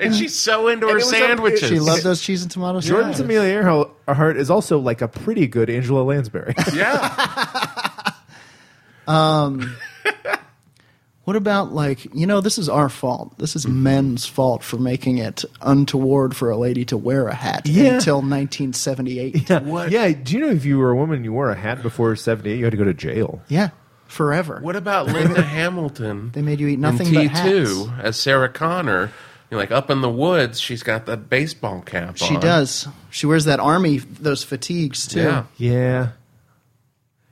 Speaker 2: and she's so into her
Speaker 4: it was a-
Speaker 2: sandwiches.
Speaker 3: she loved those cheese and tomato
Speaker 4: Jordan's
Speaker 3: sandwiches.
Speaker 4: Amelia Earhart- Earhart is also like a pretty good Angela Lansbury.
Speaker 2: Yeah,
Speaker 3: What about like you know this is our fault. This is men's fault for making it untoward for a lady to wear a hat
Speaker 4: Yeah.
Speaker 3: until 1978.
Speaker 4: yeah. yeah. Do you know if you were a woman, and you wore a hat before seventy eight, you had to go to jail.
Speaker 3: Yeah, forever.
Speaker 2: What about Linda Hamilton?
Speaker 3: They made you eat nothing but
Speaker 2: in T2 as Sarah Connor. You know, like up in the woods, she's got the baseball cap on.
Speaker 3: she does. She wears that army those fatigues too.
Speaker 2: Yeah.
Speaker 4: Yeah.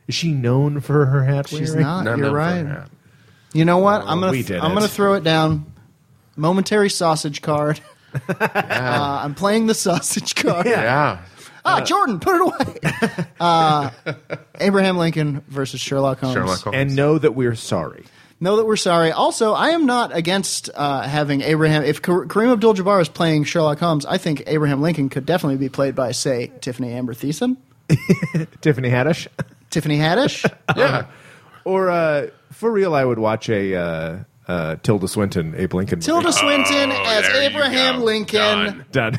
Speaker 4: Is she known for her hat
Speaker 3: She's
Speaker 4: wearing?
Speaker 3: not.
Speaker 2: None
Speaker 3: you're
Speaker 2: of them
Speaker 3: right.
Speaker 2: have.
Speaker 3: You know what? I'm
Speaker 4: we
Speaker 3: gonna
Speaker 4: did
Speaker 3: I'm
Speaker 4: it.
Speaker 3: gonna throw it down. Momentary sausage card. uh, I'm playing the sausage card.
Speaker 2: Yeah.
Speaker 3: Ah, Jordan, put it away. uh, Abraham Lincoln versus Sherlock Holmes.
Speaker 2: Sherlock Holmes.
Speaker 4: And know that we're sorry.
Speaker 3: Know that we're sorry. Also, I am not against uh, having Abraham. If Kar- Kareem Abdul-Jabbar is playing Sherlock Holmes, I think Abraham Lincoln could definitely be played by, say, Tiffany Amber Thiessen,
Speaker 4: Tiffany Haddish.
Speaker 3: Tiffany Haddish.
Speaker 2: yeah.
Speaker 4: Or uh, for real, I would watch a uh, uh, Tilda Swinton, Abe Lincoln. movie.
Speaker 3: Tilda Swinton as
Speaker 2: Oh, there you
Speaker 3: Abraham
Speaker 2: go.
Speaker 3: Lincoln.
Speaker 2: Done. Oh,
Speaker 4: Done.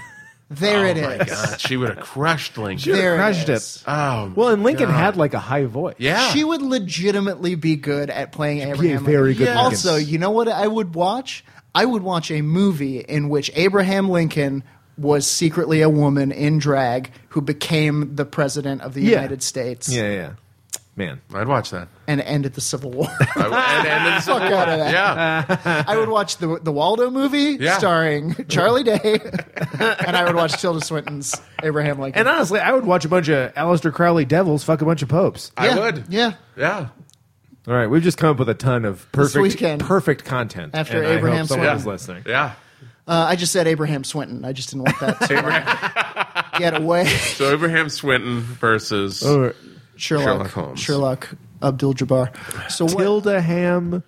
Speaker 3: There it is.
Speaker 2: My God, she would have crushed Lincoln.
Speaker 3: There it
Speaker 4: crushed
Speaker 3: is.
Speaker 2: Oh,
Speaker 4: Well, and Lincoln
Speaker 2: God.
Speaker 4: had like a high voice.
Speaker 2: yeah,
Speaker 3: She would legitimately be good at playing
Speaker 4: Be a
Speaker 3: Abraham
Speaker 4: very
Speaker 3: Lincoln.
Speaker 4: good. Lincoln.
Speaker 3: Also, you know what I would watch? I would watch a movie in which Abraham Lincoln was secretly a woman in drag who became the president of the
Speaker 4: Yeah.
Speaker 3: United States
Speaker 4: Yeah, yeah, yeah. Man.
Speaker 2: I'd watch that.
Speaker 3: and ended the Civil War.
Speaker 2: I, and, and it's-
Speaker 3: Fuck out of that.
Speaker 2: yeah,
Speaker 3: I would watch the the Waldo movie
Speaker 2: Yeah.
Speaker 3: starring Charlie Day, and I would watch Tilda Swinton's Abraham Lincoln.
Speaker 4: And honestly, I would watch a bunch of Aleister Crowley devils fuck a bunch of popes.
Speaker 2: I
Speaker 3: Yeah,
Speaker 2: would.
Speaker 3: Yeah.
Speaker 2: yeah.
Speaker 4: All right, we've just come up with a ton of perfect,
Speaker 3: weekend.
Speaker 4: perfect content.
Speaker 3: After
Speaker 4: and I hope
Speaker 3: Abraham
Speaker 4: someone's
Speaker 2: Swinton.
Speaker 4: listening.
Speaker 2: Yeah.
Speaker 3: Uh, I just said Abraham Swinton. I just didn't want that
Speaker 2: Abraham,
Speaker 3: to get away.
Speaker 2: so Abraham Swinton versus
Speaker 4: Or
Speaker 3: Sherlock,
Speaker 2: Sherlock Holmes.
Speaker 3: Sherlock Abdul-Jabbar. So what?
Speaker 4: Tilda Ham.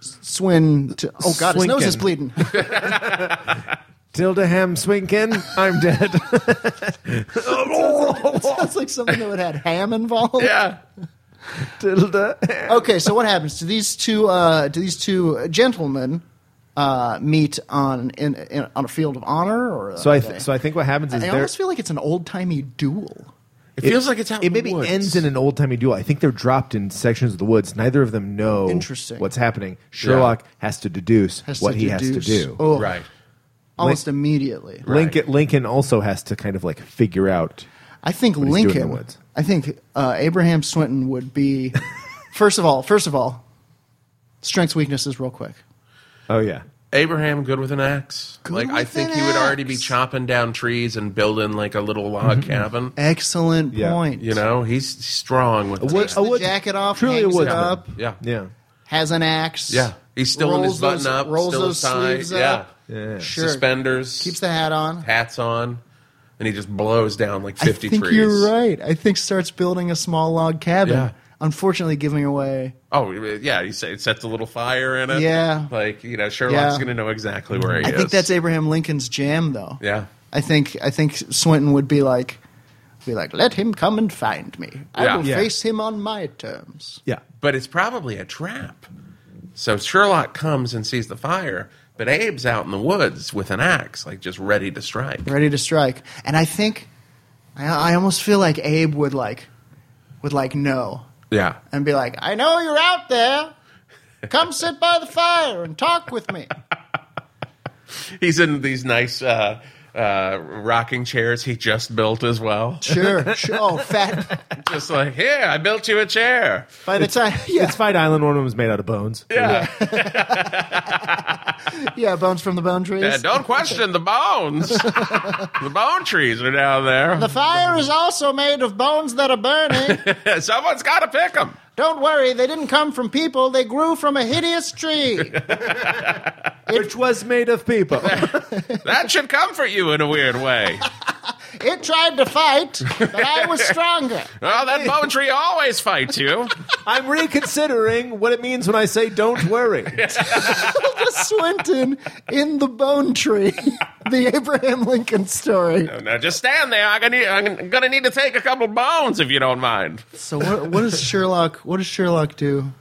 Speaker 3: Swin. T- oh God, his nose
Speaker 4: Swinkin.
Speaker 3: is bleeding.
Speaker 4: Tilda Ham Swinkin. I'm dead.
Speaker 3: Sounds like something that would have had ham involved.
Speaker 2: yeah.
Speaker 4: Tilda. Ham.
Speaker 3: Okay, so what happens? Do these two? Uh, do these two gentlemen uh, meet on in, in, on a field of honor? Or
Speaker 4: So I,
Speaker 3: are
Speaker 4: th-
Speaker 3: they-
Speaker 4: so I think what happens is
Speaker 3: I
Speaker 4: there.
Speaker 3: almost feel like it's an old timey duel.
Speaker 2: It, feels like it's out.
Speaker 4: It
Speaker 2: in the
Speaker 4: maybe
Speaker 2: woods.
Speaker 4: ends in an old timey duel. I think they're dropped in sections of the woods. Neither of them know
Speaker 3: Interesting.
Speaker 4: what's happening. Sherlock has to deduce
Speaker 3: Has to
Speaker 4: what he has to
Speaker 3: deduce.
Speaker 4: do.
Speaker 3: Oh,
Speaker 2: right.
Speaker 3: almost immediately.
Speaker 4: Lincoln, Lincoln also has to kind of like figure out.
Speaker 3: I think
Speaker 4: he's doing in the
Speaker 3: Lincoln.
Speaker 4: woods.
Speaker 3: I think uh, Abraham Swinton would be. first of all, first of all, strengths weaknesses real quick.
Speaker 4: Oh yeah,
Speaker 2: Abraham good with an axe. like I
Speaker 3: with
Speaker 2: think
Speaker 3: an
Speaker 2: he would already be
Speaker 3: axe. Mm-hmm.
Speaker 2: chopping down trees and building like a little log cabin.
Speaker 3: Excellent
Speaker 4: Yeah.
Speaker 3: point.
Speaker 2: You know, he's strong with
Speaker 4: wood-
Speaker 2: what,
Speaker 3: Takes
Speaker 4: a
Speaker 3: the
Speaker 4: wood-
Speaker 3: jacket off,
Speaker 4: truly a
Speaker 3: hangs it
Speaker 4: woodsman.
Speaker 3: up,
Speaker 2: Yeah.
Speaker 4: yeah.
Speaker 3: has an axe.
Speaker 2: Yeah. He's still in his
Speaker 3: rolls
Speaker 2: button
Speaker 3: those-
Speaker 2: up,
Speaker 3: rolls
Speaker 2: still
Speaker 3: those
Speaker 2: his tie.
Speaker 3: sleeves
Speaker 2: yeah.
Speaker 3: up.
Speaker 4: Yeah.
Speaker 3: Sure.
Speaker 2: Suspenders.
Speaker 3: Keeps the hat on.
Speaker 2: hats on. And he just blows down like
Speaker 3: I
Speaker 2: fifty
Speaker 3: think
Speaker 2: trees.
Speaker 3: you're right. I think starts building a small log cabin.
Speaker 2: Yeah.
Speaker 3: Unfortunately, giving away.
Speaker 2: Oh yeah, he sa- sets a little fire in it.
Speaker 3: Yeah.
Speaker 2: Like, you know, Sherlock's
Speaker 3: Yeah.
Speaker 2: gonna know exactly where he
Speaker 3: I
Speaker 2: is.
Speaker 3: think that's Abraham Lincoln's jam, though.
Speaker 2: Yeah.
Speaker 3: I think I think Swinton would be like, be like, let him come and find me. I
Speaker 2: Yeah.
Speaker 3: will
Speaker 2: Yeah.
Speaker 3: face him on my terms.
Speaker 4: Yeah.
Speaker 2: But it's probably a trap. So Sherlock comes and sees the fire, but Abe's out in the woods with an axe, like just ready to strike.
Speaker 3: ready to strike. And I think I, I almost feel like Abe would like would like know
Speaker 2: Yeah.
Speaker 3: and be like, "I know you're out there. Come sit by the fire and talk with me."
Speaker 2: He's in these nice uh, uh, rocking chairs he just built as well.
Speaker 3: Sure. sure. Oh, fat.
Speaker 2: just like, here, I built you a chair. Uh,
Speaker 3: By the time, yeah,
Speaker 4: It's Fight Island. One of them was made out of bones.
Speaker 2: Yeah.
Speaker 3: yeah, bones from the bone trees.
Speaker 2: Yeah, don't question the bones. the bone trees are down there.
Speaker 3: The fire is also made of bones that are burning.
Speaker 2: Someone's got to pick them.
Speaker 3: Don't worry, they didn't come from people. They grew from a hideous tree.
Speaker 4: Which was made of people.
Speaker 2: That should comfort you in a weird way.
Speaker 3: It tried to fight, but I was stronger.
Speaker 2: Well, that bone tree always fights you.
Speaker 4: I'm reconsidering what it means when I say "don't worry."
Speaker 3: The Swinton in the bone tree. The Abraham Lincoln story.
Speaker 2: Now just stand there. I'm gonna, need, I'm gonna need to take a couple bones if you don't mind.
Speaker 3: So what, what does Sherlock? What does Sherlock do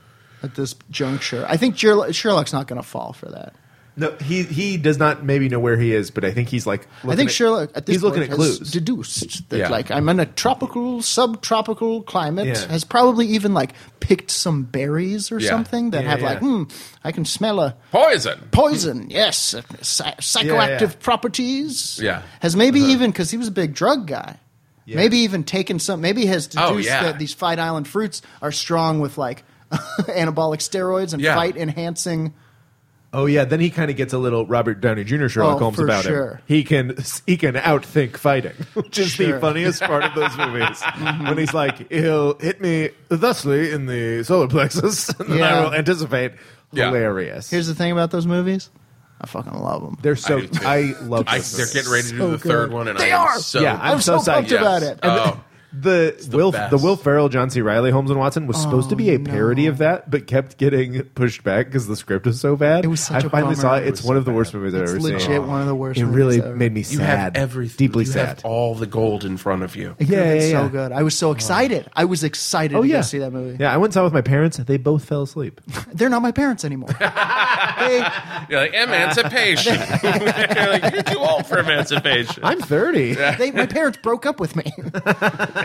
Speaker 3: at this juncture? I think Sherlock, Sherlock's not going to fall for that.
Speaker 4: No, he he does not maybe know where he is, but I think he's like.
Speaker 3: I
Speaker 4: looking
Speaker 3: think
Speaker 4: at-
Speaker 3: Sherlock at this
Speaker 4: he's looking
Speaker 3: point
Speaker 4: at
Speaker 3: has
Speaker 4: clues.
Speaker 3: deduced that
Speaker 4: Yeah.
Speaker 3: like I'm in a tropical, subtropical climate.
Speaker 4: Yeah.
Speaker 3: Has probably even like picked some berries or
Speaker 2: Yeah.
Speaker 3: something that
Speaker 4: Yeah,
Speaker 3: have
Speaker 4: yeah.
Speaker 3: like hmm, I can smell a
Speaker 2: Poison.
Speaker 3: poison. Yes, uh, psy- psychoactive
Speaker 4: Hmm. yeah. Uh-huh.
Speaker 3: properties.
Speaker 2: Yeah.
Speaker 3: has maybe even because he was a big drug guy. Maybe even taken some. Maybe has deduced
Speaker 2: Oh, yeah.
Speaker 3: that these Fight Island fruits are strong with like anabolic steroids and
Speaker 2: Yeah.
Speaker 3: fight enhancing.
Speaker 4: Oh yeah, then he kind of gets a little Robert Downey Jr. Sherlock
Speaker 3: Oh,
Speaker 4: Holmes
Speaker 3: for
Speaker 4: about
Speaker 3: sure.
Speaker 4: him. He can he can outthink fighting, which is
Speaker 3: Sure. Mm-hmm.
Speaker 4: the funniest part of those movies. when he's like, "He'll hit me thusly in the solar plexus, and then
Speaker 3: Yeah.
Speaker 4: I will anticipate."
Speaker 2: Yeah.
Speaker 4: Hilarious.
Speaker 3: Here's the thing about those movies. I fucking love them.
Speaker 4: they're so
Speaker 2: I do too.
Speaker 4: I, love.
Speaker 2: I,
Speaker 4: those
Speaker 2: they're
Speaker 4: movies.
Speaker 2: getting ready to do
Speaker 3: So
Speaker 2: the third
Speaker 3: good.
Speaker 2: one, and
Speaker 3: They
Speaker 2: I am
Speaker 3: are!
Speaker 2: so
Speaker 4: Yeah, I'm,
Speaker 3: I'm
Speaker 4: so,
Speaker 3: so
Speaker 4: psyched Uh,
Speaker 3: pumped
Speaker 2: yes.
Speaker 3: about it.
Speaker 2: Oh,
Speaker 4: The,
Speaker 2: the
Speaker 4: Will
Speaker 2: best.
Speaker 4: the Will Ferrell John C Riley Holmes and Watson was supposed to be
Speaker 3: Oh,
Speaker 4: a parody of that, but kept getting pushed back because the script was so bad.
Speaker 3: It was such
Speaker 4: I
Speaker 3: a
Speaker 4: finally saw
Speaker 3: bummer.
Speaker 4: it. It's one of the worst movies I've
Speaker 3: It's
Speaker 4: ever seen.
Speaker 3: legit one of the worst
Speaker 4: It
Speaker 3: movies
Speaker 4: really
Speaker 3: ever.
Speaker 4: made me
Speaker 2: you
Speaker 4: sad.
Speaker 2: have everything.
Speaker 4: Deeply
Speaker 2: you
Speaker 4: sad.
Speaker 2: Have all the gold in front of you.
Speaker 3: It could've
Speaker 4: Yeah,
Speaker 3: been
Speaker 4: yeah, yeah.
Speaker 3: so good. I was so excited. I was excited
Speaker 4: oh
Speaker 3: to
Speaker 4: yeah,
Speaker 3: go see that movie.
Speaker 4: Yeah, I went and saw it with my parents. They both fell asleep.
Speaker 3: They're not my parents anymore. they,
Speaker 2: You're like emancipation. You're like, you're too old for emancipation.
Speaker 4: I'm 30.
Speaker 3: they, my parents broke up with me.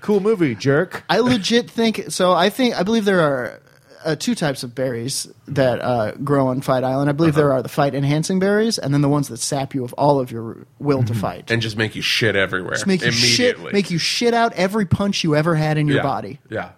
Speaker 4: Cool movie, jerk.
Speaker 3: I legit think so. I think I believe there are uh, two types of berries that uh, grow on Fight Island. I believe there
Speaker 2: Uh-huh.
Speaker 3: are the fight enhancing berries, and then the ones that sap you of all of your will to fight.
Speaker 2: Mm-hmm. and just make you shit everywhere.
Speaker 3: Just make you
Speaker 2: immediately.
Speaker 3: shit, make you shit out every punch you ever had in your
Speaker 2: Yeah.
Speaker 3: body.
Speaker 2: Yeah.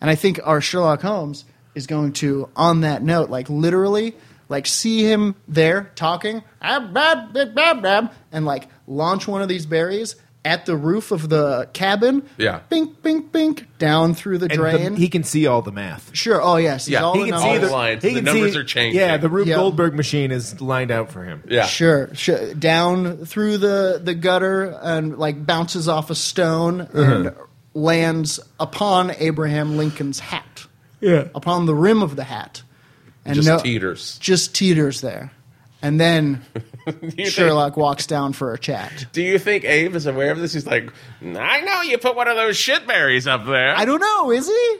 Speaker 3: And I think our Sherlock Holmes is going to, on that note, like literally, like see him there talking, ah, bab, bab, bab, bab, and like launch one of these berries at the roof of the cabin.
Speaker 2: Yeah.
Speaker 3: Bink, bink, bink, down through the
Speaker 4: And
Speaker 3: drain.
Speaker 4: the- he can see all the math.
Speaker 3: sure. Oh, yes. He's
Speaker 2: Yeah,
Speaker 3: all
Speaker 2: he
Speaker 3: in
Speaker 2: can
Speaker 3: on
Speaker 2: see
Speaker 3: all
Speaker 2: the-
Speaker 3: this-
Speaker 2: lines. numbers are changing.
Speaker 4: Yeah, the Rube
Speaker 3: Yeah.
Speaker 4: Goldberg machine is lined out for him.
Speaker 2: Yeah.
Speaker 3: Sure, sure. Down through the, the gutter and like bounces off a stone
Speaker 2: Mm-hmm.
Speaker 3: and lands upon Abraham Lincoln's hat.
Speaker 4: Yeah.
Speaker 3: Upon the rim of the hat. And
Speaker 2: Just
Speaker 3: no-
Speaker 2: teeters.
Speaker 3: Just teeters there. And then
Speaker 2: Do you, think,
Speaker 3: Sherlock walks down for a chat.
Speaker 2: do you think Abe is aware of this? He's like, I know you put one of those shit berries up there.
Speaker 3: I don't know, is he?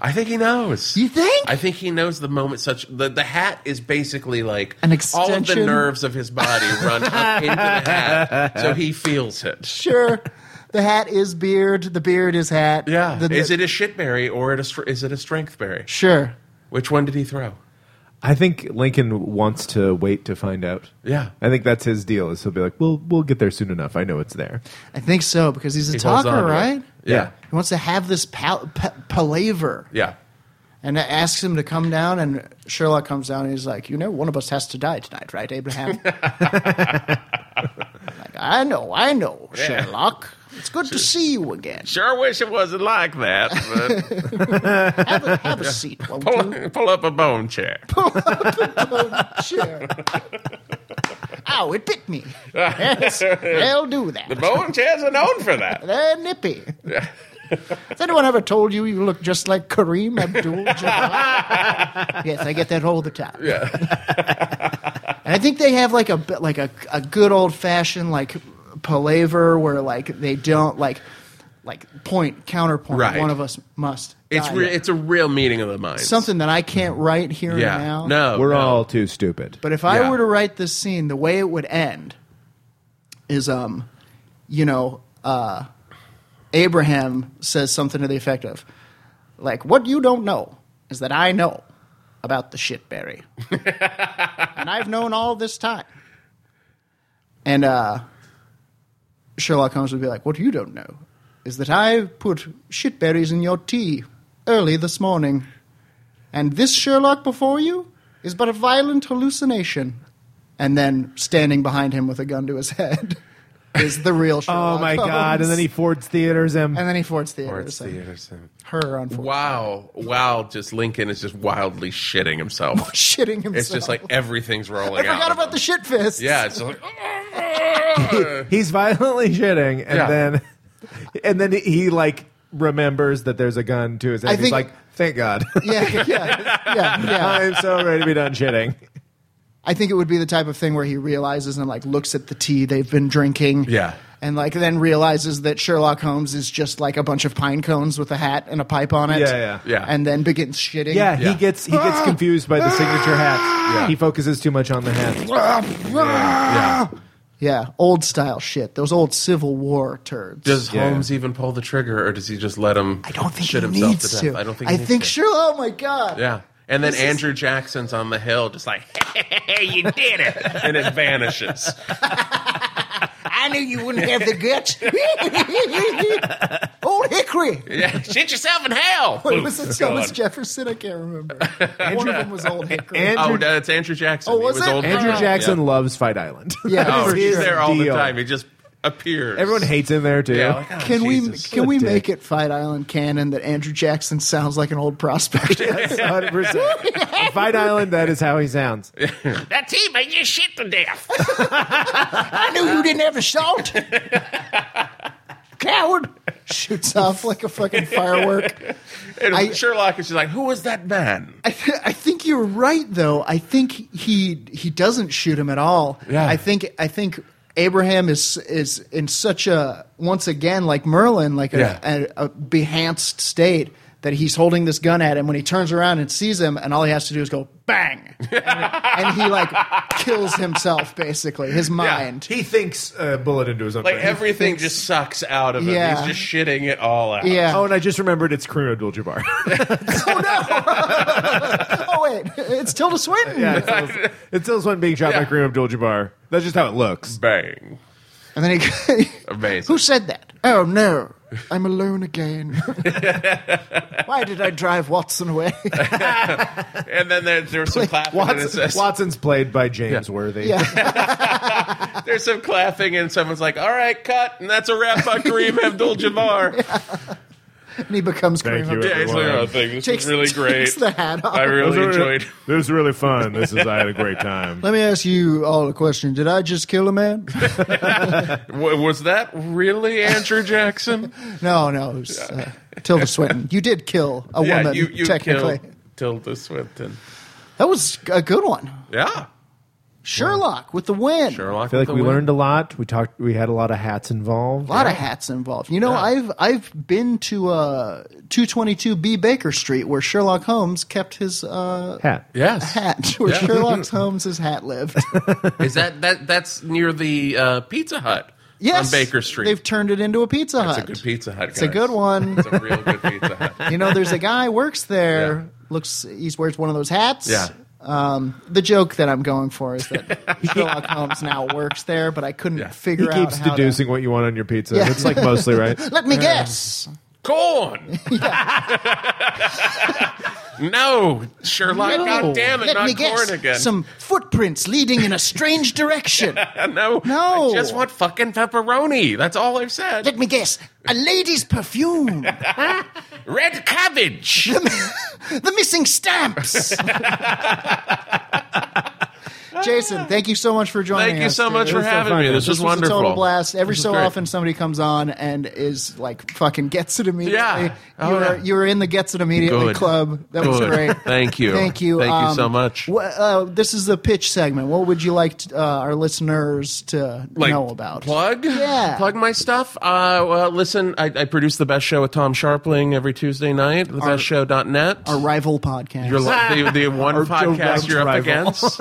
Speaker 2: I think he knows.
Speaker 3: You think?
Speaker 2: I think he knows the moment such the, the hat is basically like all of
Speaker 3: An
Speaker 2: the
Speaker 3: extension?
Speaker 2: nerves of his body run up into the hat, so he feels it.
Speaker 3: Sure. the hat is beard. The beard is hat.
Speaker 2: Yeah,
Speaker 3: The- the-
Speaker 2: is it a shit berry or it a, str- is it a strength berry?
Speaker 3: Sure.
Speaker 2: Which one did he throw?
Speaker 4: I think Lincoln wants to wait to find out.
Speaker 2: Yeah.
Speaker 4: I think that's his deal. Is he'll be like, "We'll we'll get there soon enough. I know it's there."
Speaker 3: I think so because he's a
Speaker 2: He holds on to
Speaker 3: talker,
Speaker 2: it.
Speaker 3: right?
Speaker 2: Yeah,
Speaker 3: He wants to have this pal- pa- palaver.
Speaker 2: yeah.
Speaker 3: and asks him to come down. And Sherlock comes down and he's like, "You know, one of us has to die tonight, right, Abraham?" like, I know, I know,
Speaker 2: Yeah.
Speaker 3: Sherlock. It's good to see you again.
Speaker 2: Sure wish it wasn't like that. But
Speaker 3: Have a, have a seat, won't you?
Speaker 2: pull, pull up a bone chair.
Speaker 3: Sure. Ow, it bit me. Yes, they'll do that.
Speaker 2: Bone chairs are known for that.
Speaker 3: They're nippy. Has anyone ever told you you look just like Kareem Abdul-Jabbar? yes, I get that all the time. Yeah. and I think they have like a bit- like a, a good old fashioned like palaver where like they don't like like point counterpoint.
Speaker 2: Right.
Speaker 3: One of us must.
Speaker 2: It's
Speaker 3: die.
Speaker 2: re- it's a real meeting of the mind.
Speaker 3: something that I can't write here
Speaker 2: Yeah.
Speaker 3: and now.
Speaker 2: No.
Speaker 4: We're
Speaker 2: Oh, no.
Speaker 4: all too stupid.
Speaker 3: But if I
Speaker 2: Yeah.
Speaker 3: were to write this scene, the way it would end is, um, you know, uh, Abraham says something to the effect of, like, what you don't know is that I know about the shitberry. and I've known all this time. And uh, Sherlock Holmes would be like, What you don't know is that I put shitberries in your tea early this morning. And this Sherlock before you is but a violent hallucination. And then standing behind him with a gun to his head is the real
Speaker 4: Oh
Speaker 3: Sherlock.
Speaker 4: my god!
Speaker 3: Holmes.
Speaker 4: And then he Ford's theaters him.
Speaker 3: and then he Ford's theater.
Speaker 2: Or it's
Speaker 3: so
Speaker 2: the Anderson.
Speaker 3: Her on Ford.
Speaker 2: Wow. Wow. Just Lincoln is just wildly shitting himself.
Speaker 3: Shitting himself.
Speaker 2: It's just like everything's rolling
Speaker 3: I
Speaker 2: out.
Speaker 3: forgot
Speaker 2: of
Speaker 3: about the
Speaker 2: him.
Speaker 3: shit fist.
Speaker 2: Yeah. It's just like.
Speaker 4: He's violently shitting, and
Speaker 2: Yeah.
Speaker 4: then and then he, he like remembers that there's a gun to his head.
Speaker 3: I
Speaker 4: He's
Speaker 3: think-
Speaker 4: like, "Thank God,
Speaker 3: Yeah, yeah, yeah, yeah.
Speaker 4: I'm so ready to be done shitting."
Speaker 3: I think it would be the type of thing where he realizes and like looks at the tea they've been drinking.
Speaker 2: Yeah.
Speaker 3: And like then realizes that Sherlock Holmes is just like a bunch of pine cones with a hat and a pipe on it.
Speaker 4: Yeah, yeah.
Speaker 2: Yeah.
Speaker 3: And then begins shitting.
Speaker 4: Yeah, he
Speaker 2: Yeah.
Speaker 4: gets he
Speaker 3: Ah!
Speaker 4: gets confused by the signature hat.
Speaker 2: Yeah.
Speaker 4: He focuses too much on the hat.
Speaker 2: yeah.
Speaker 3: Yeah. Old style shit. Those old Civil War turds.
Speaker 2: Does
Speaker 4: Yeah.
Speaker 2: Holmes even pull the trigger, or does he just let him?
Speaker 3: I don't think
Speaker 2: shit
Speaker 3: he
Speaker 2: himself
Speaker 3: needs
Speaker 2: to death?
Speaker 3: to.
Speaker 2: I don't think.
Speaker 3: I
Speaker 2: He needs
Speaker 3: think
Speaker 2: to.
Speaker 3: sure. Oh my god.
Speaker 2: Yeah, and then Andrew Jackson's on the hill, just like, "Hey, you did it," and it vanishes.
Speaker 3: I knew you wouldn't have the guts. old Hickory.
Speaker 2: Yeah, shit yourself in hell.
Speaker 3: Wait, was it Thomas
Speaker 2: Oh, God.
Speaker 3: Jefferson? I can't remember. One of them was old Hickory.
Speaker 2: Oh,
Speaker 4: Andrew,
Speaker 2: that's Andrew Jackson.
Speaker 3: Oh, was
Speaker 2: he
Speaker 3: it?
Speaker 2: old
Speaker 4: Andrew
Speaker 2: Yeah.
Speaker 4: Jackson loves Fight Island.
Speaker 3: Yeah.
Speaker 4: That
Speaker 2: Oh,
Speaker 4: is
Speaker 2: he's
Speaker 4: his
Speaker 2: there all
Speaker 4: deal.
Speaker 2: the time. He just appears.
Speaker 4: Everyone hates him there too.
Speaker 2: Yeah, like, oh,
Speaker 3: Can
Speaker 2: Jesus.
Speaker 3: we
Speaker 4: What
Speaker 3: can
Speaker 4: a
Speaker 3: we
Speaker 4: dick.
Speaker 3: make it Fight Island canon that Andrew Jackson sounds like an old prospect?
Speaker 4: hundred percent. Fight Island. That is how he sounds.
Speaker 2: that team made you shit to death.
Speaker 3: I knew you didn't have a salt. Coward shoots off like a fucking firework.
Speaker 2: And
Speaker 3: I-
Speaker 2: Sherlock is just like, "Who was that man?"
Speaker 3: I, th- I think you're right though. I think he he doesn't shoot him at all.
Speaker 2: Yeah.
Speaker 3: I think I think Abraham is is in such a once again like Merlin like a,
Speaker 2: Yeah.
Speaker 3: a, a behanced state that he's holding this gun at him when he turns around and sees him and all he has to do is go bang and, and he like kills himself basically his mind.
Speaker 4: He thinks a bullet into his own.
Speaker 2: Like
Speaker 4: brain.
Speaker 2: everything just sucks out of him.
Speaker 3: Yeah.
Speaker 2: He's just shitting it all out.
Speaker 3: Yeah.
Speaker 4: Oh, and I just remembered it's Kareem Abdul-Jabbar.
Speaker 3: Oh wait, it's Tilda Swinton.
Speaker 4: yeah, it's still, it's still someone being shot by
Speaker 2: Yeah.
Speaker 4: Kareem Abdul-Jabbar. That's just how it looks.
Speaker 2: Bang.
Speaker 3: And then he.
Speaker 2: Amazing.
Speaker 3: Who said that? Oh no, I'm alone again. Why did I drive Watson away?
Speaker 2: And then there, there's some clapping. and it
Speaker 4: Watson,
Speaker 2: says,
Speaker 4: Watson's played by James Worthy.
Speaker 3: yeah,
Speaker 2: there's some clapping, and someone's like, "All right, cut," and that's a wrap on Kareem Abdul-Jabbar. yeah,
Speaker 3: and he becomes
Speaker 4: Thank
Speaker 3: Kareem
Speaker 4: you.
Speaker 3: Abdul-
Speaker 2: it's like, "Oh, thanks, this
Speaker 3: Takes-
Speaker 2: was really great.
Speaker 3: takes the hat off.
Speaker 2: I really enjoyed."
Speaker 4: It was really fun. This is I had a great time.
Speaker 3: Let me ask you all a question. Did I just kill a man?
Speaker 2: W- was that really Andrew Jackson?
Speaker 3: No, no. It was, uh, Tilda Swinton. You did kill a
Speaker 2: yeah,
Speaker 3: woman.
Speaker 2: you you
Speaker 3: technically,
Speaker 2: killed Tilda Swinton.
Speaker 3: that was a good one.
Speaker 2: Yeah,
Speaker 3: Sherlock with the win.
Speaker 2: Sherlock.
Speaker 4: I feel like we learned a lot. We talked. We had a lot of hats involved.
Speaker 3: A lot of hats involved. You know, I've I've been to uh, 222B Baker Street where Sherlock Holmes kept his uh,
Speaker 4: hat.
Speaker 2: Yes,
Speaker 3: hat, where
Speaker 2: Yeah.
Speaker 3: Sherlock Holmes's hat lived.
Speaker 2: is that that that's near the uh, Pizza Hut
Speaker 3: Yes,
Speaker 2: on Baker Street?
Speaker 3: They've turned it into a Pizza
Speaker 2: it's a
Speaker 3: Hut.
Speaker 2: good Pizza Hut.
Speaker 3: It's a good one.
Speaker 2: It's a real good Pizza Hut.
Speaker 3: you know, there's a guy works there.
Speaker 2: Yeah.
Speaker 3: Looks, he wears one of those hats.
Speaker 2: Yeah.
Speaker 3: Um, the joke that I'm going for is that Sherlock Holmes now works there, but I couldn't
Speaker 2: Yeah.
Speaker 4: He
Speaker 3: figure out
Speaker 4: keeps
Speaker 3: how
Speaker 4: deducing what you want on your pizza.
Speaker 3: Yeah.
Speaker 4: It's like mostly right.
Speaker 3: To, Let me guess.
Speaker 2: Corn. no, Sherlock.
Speaker 3: No.
Speaker 2: God damn it,
Speaker 3: Let
Speaker 2: not
Speaker 3: me
Speaker 2: corn
Speaker 3: guess.
Speaker 2: again.
Speaker 3: Some footprints leading in a strange direction.
Speaker 2: Uh, No,
Speaker 3: No.
Speaker 2: I just want fucking pepperoni. That's all I've said.
Speaker 3: Let me guess. A lady's perfume.
Speaker 2: Red cabbage.
Speaker 3: the missing stamps. Jason, thank you so much for joining us.
Speaker 2: Thank you so
Speaker 3: dude.
Speaker 2: much for having
Speaker 4: fun.
Speaker 2: me. This,
Speaker 4: This
Speaker 2: was,
Speaker 3: This
Speaker 2: wonderful.
Speaker 3: Was a total blast. Every
Speaker 2: This was
Speaker 3: so
Speaker 2: great.
Speaker 3: often, somebody comes on and is like fucking gets it immediately.
Speaker 2: Yeah. Oh,
Speaker 3: you were
Speaker 2: yeah.
Speaker 3: you were in the gets it immediately
Speaker 2: Good.
Speaker 3: club. That was
Speaker 2: Good.
Speaker 3: great.
Speaker 2: Thank you.
Speaker 3: Thank you.
Speaker 2: Thank you
Speaker 3: Um,
Speaker 2: so much.
Speaker 3: wha- uh, this is the pitch segment. What would you like to, uh, our listeners to
Speaker 2: Like,
Speaker 3: know about?
Speaker 2: plug,
Speaker 3: Yeah.
Speaker 2: plug my stuff. Uh, well, listen, I, I produce the best show with Tom Sharpling every Tuesday night. The best show.net.
Speaker 3: our rival podcast.
Speaker 2: You're li- the, the one
Speaker 4: Our direct
Speaker 2: podcast you're up
Speaker 4: rival.
Speaker 2: against.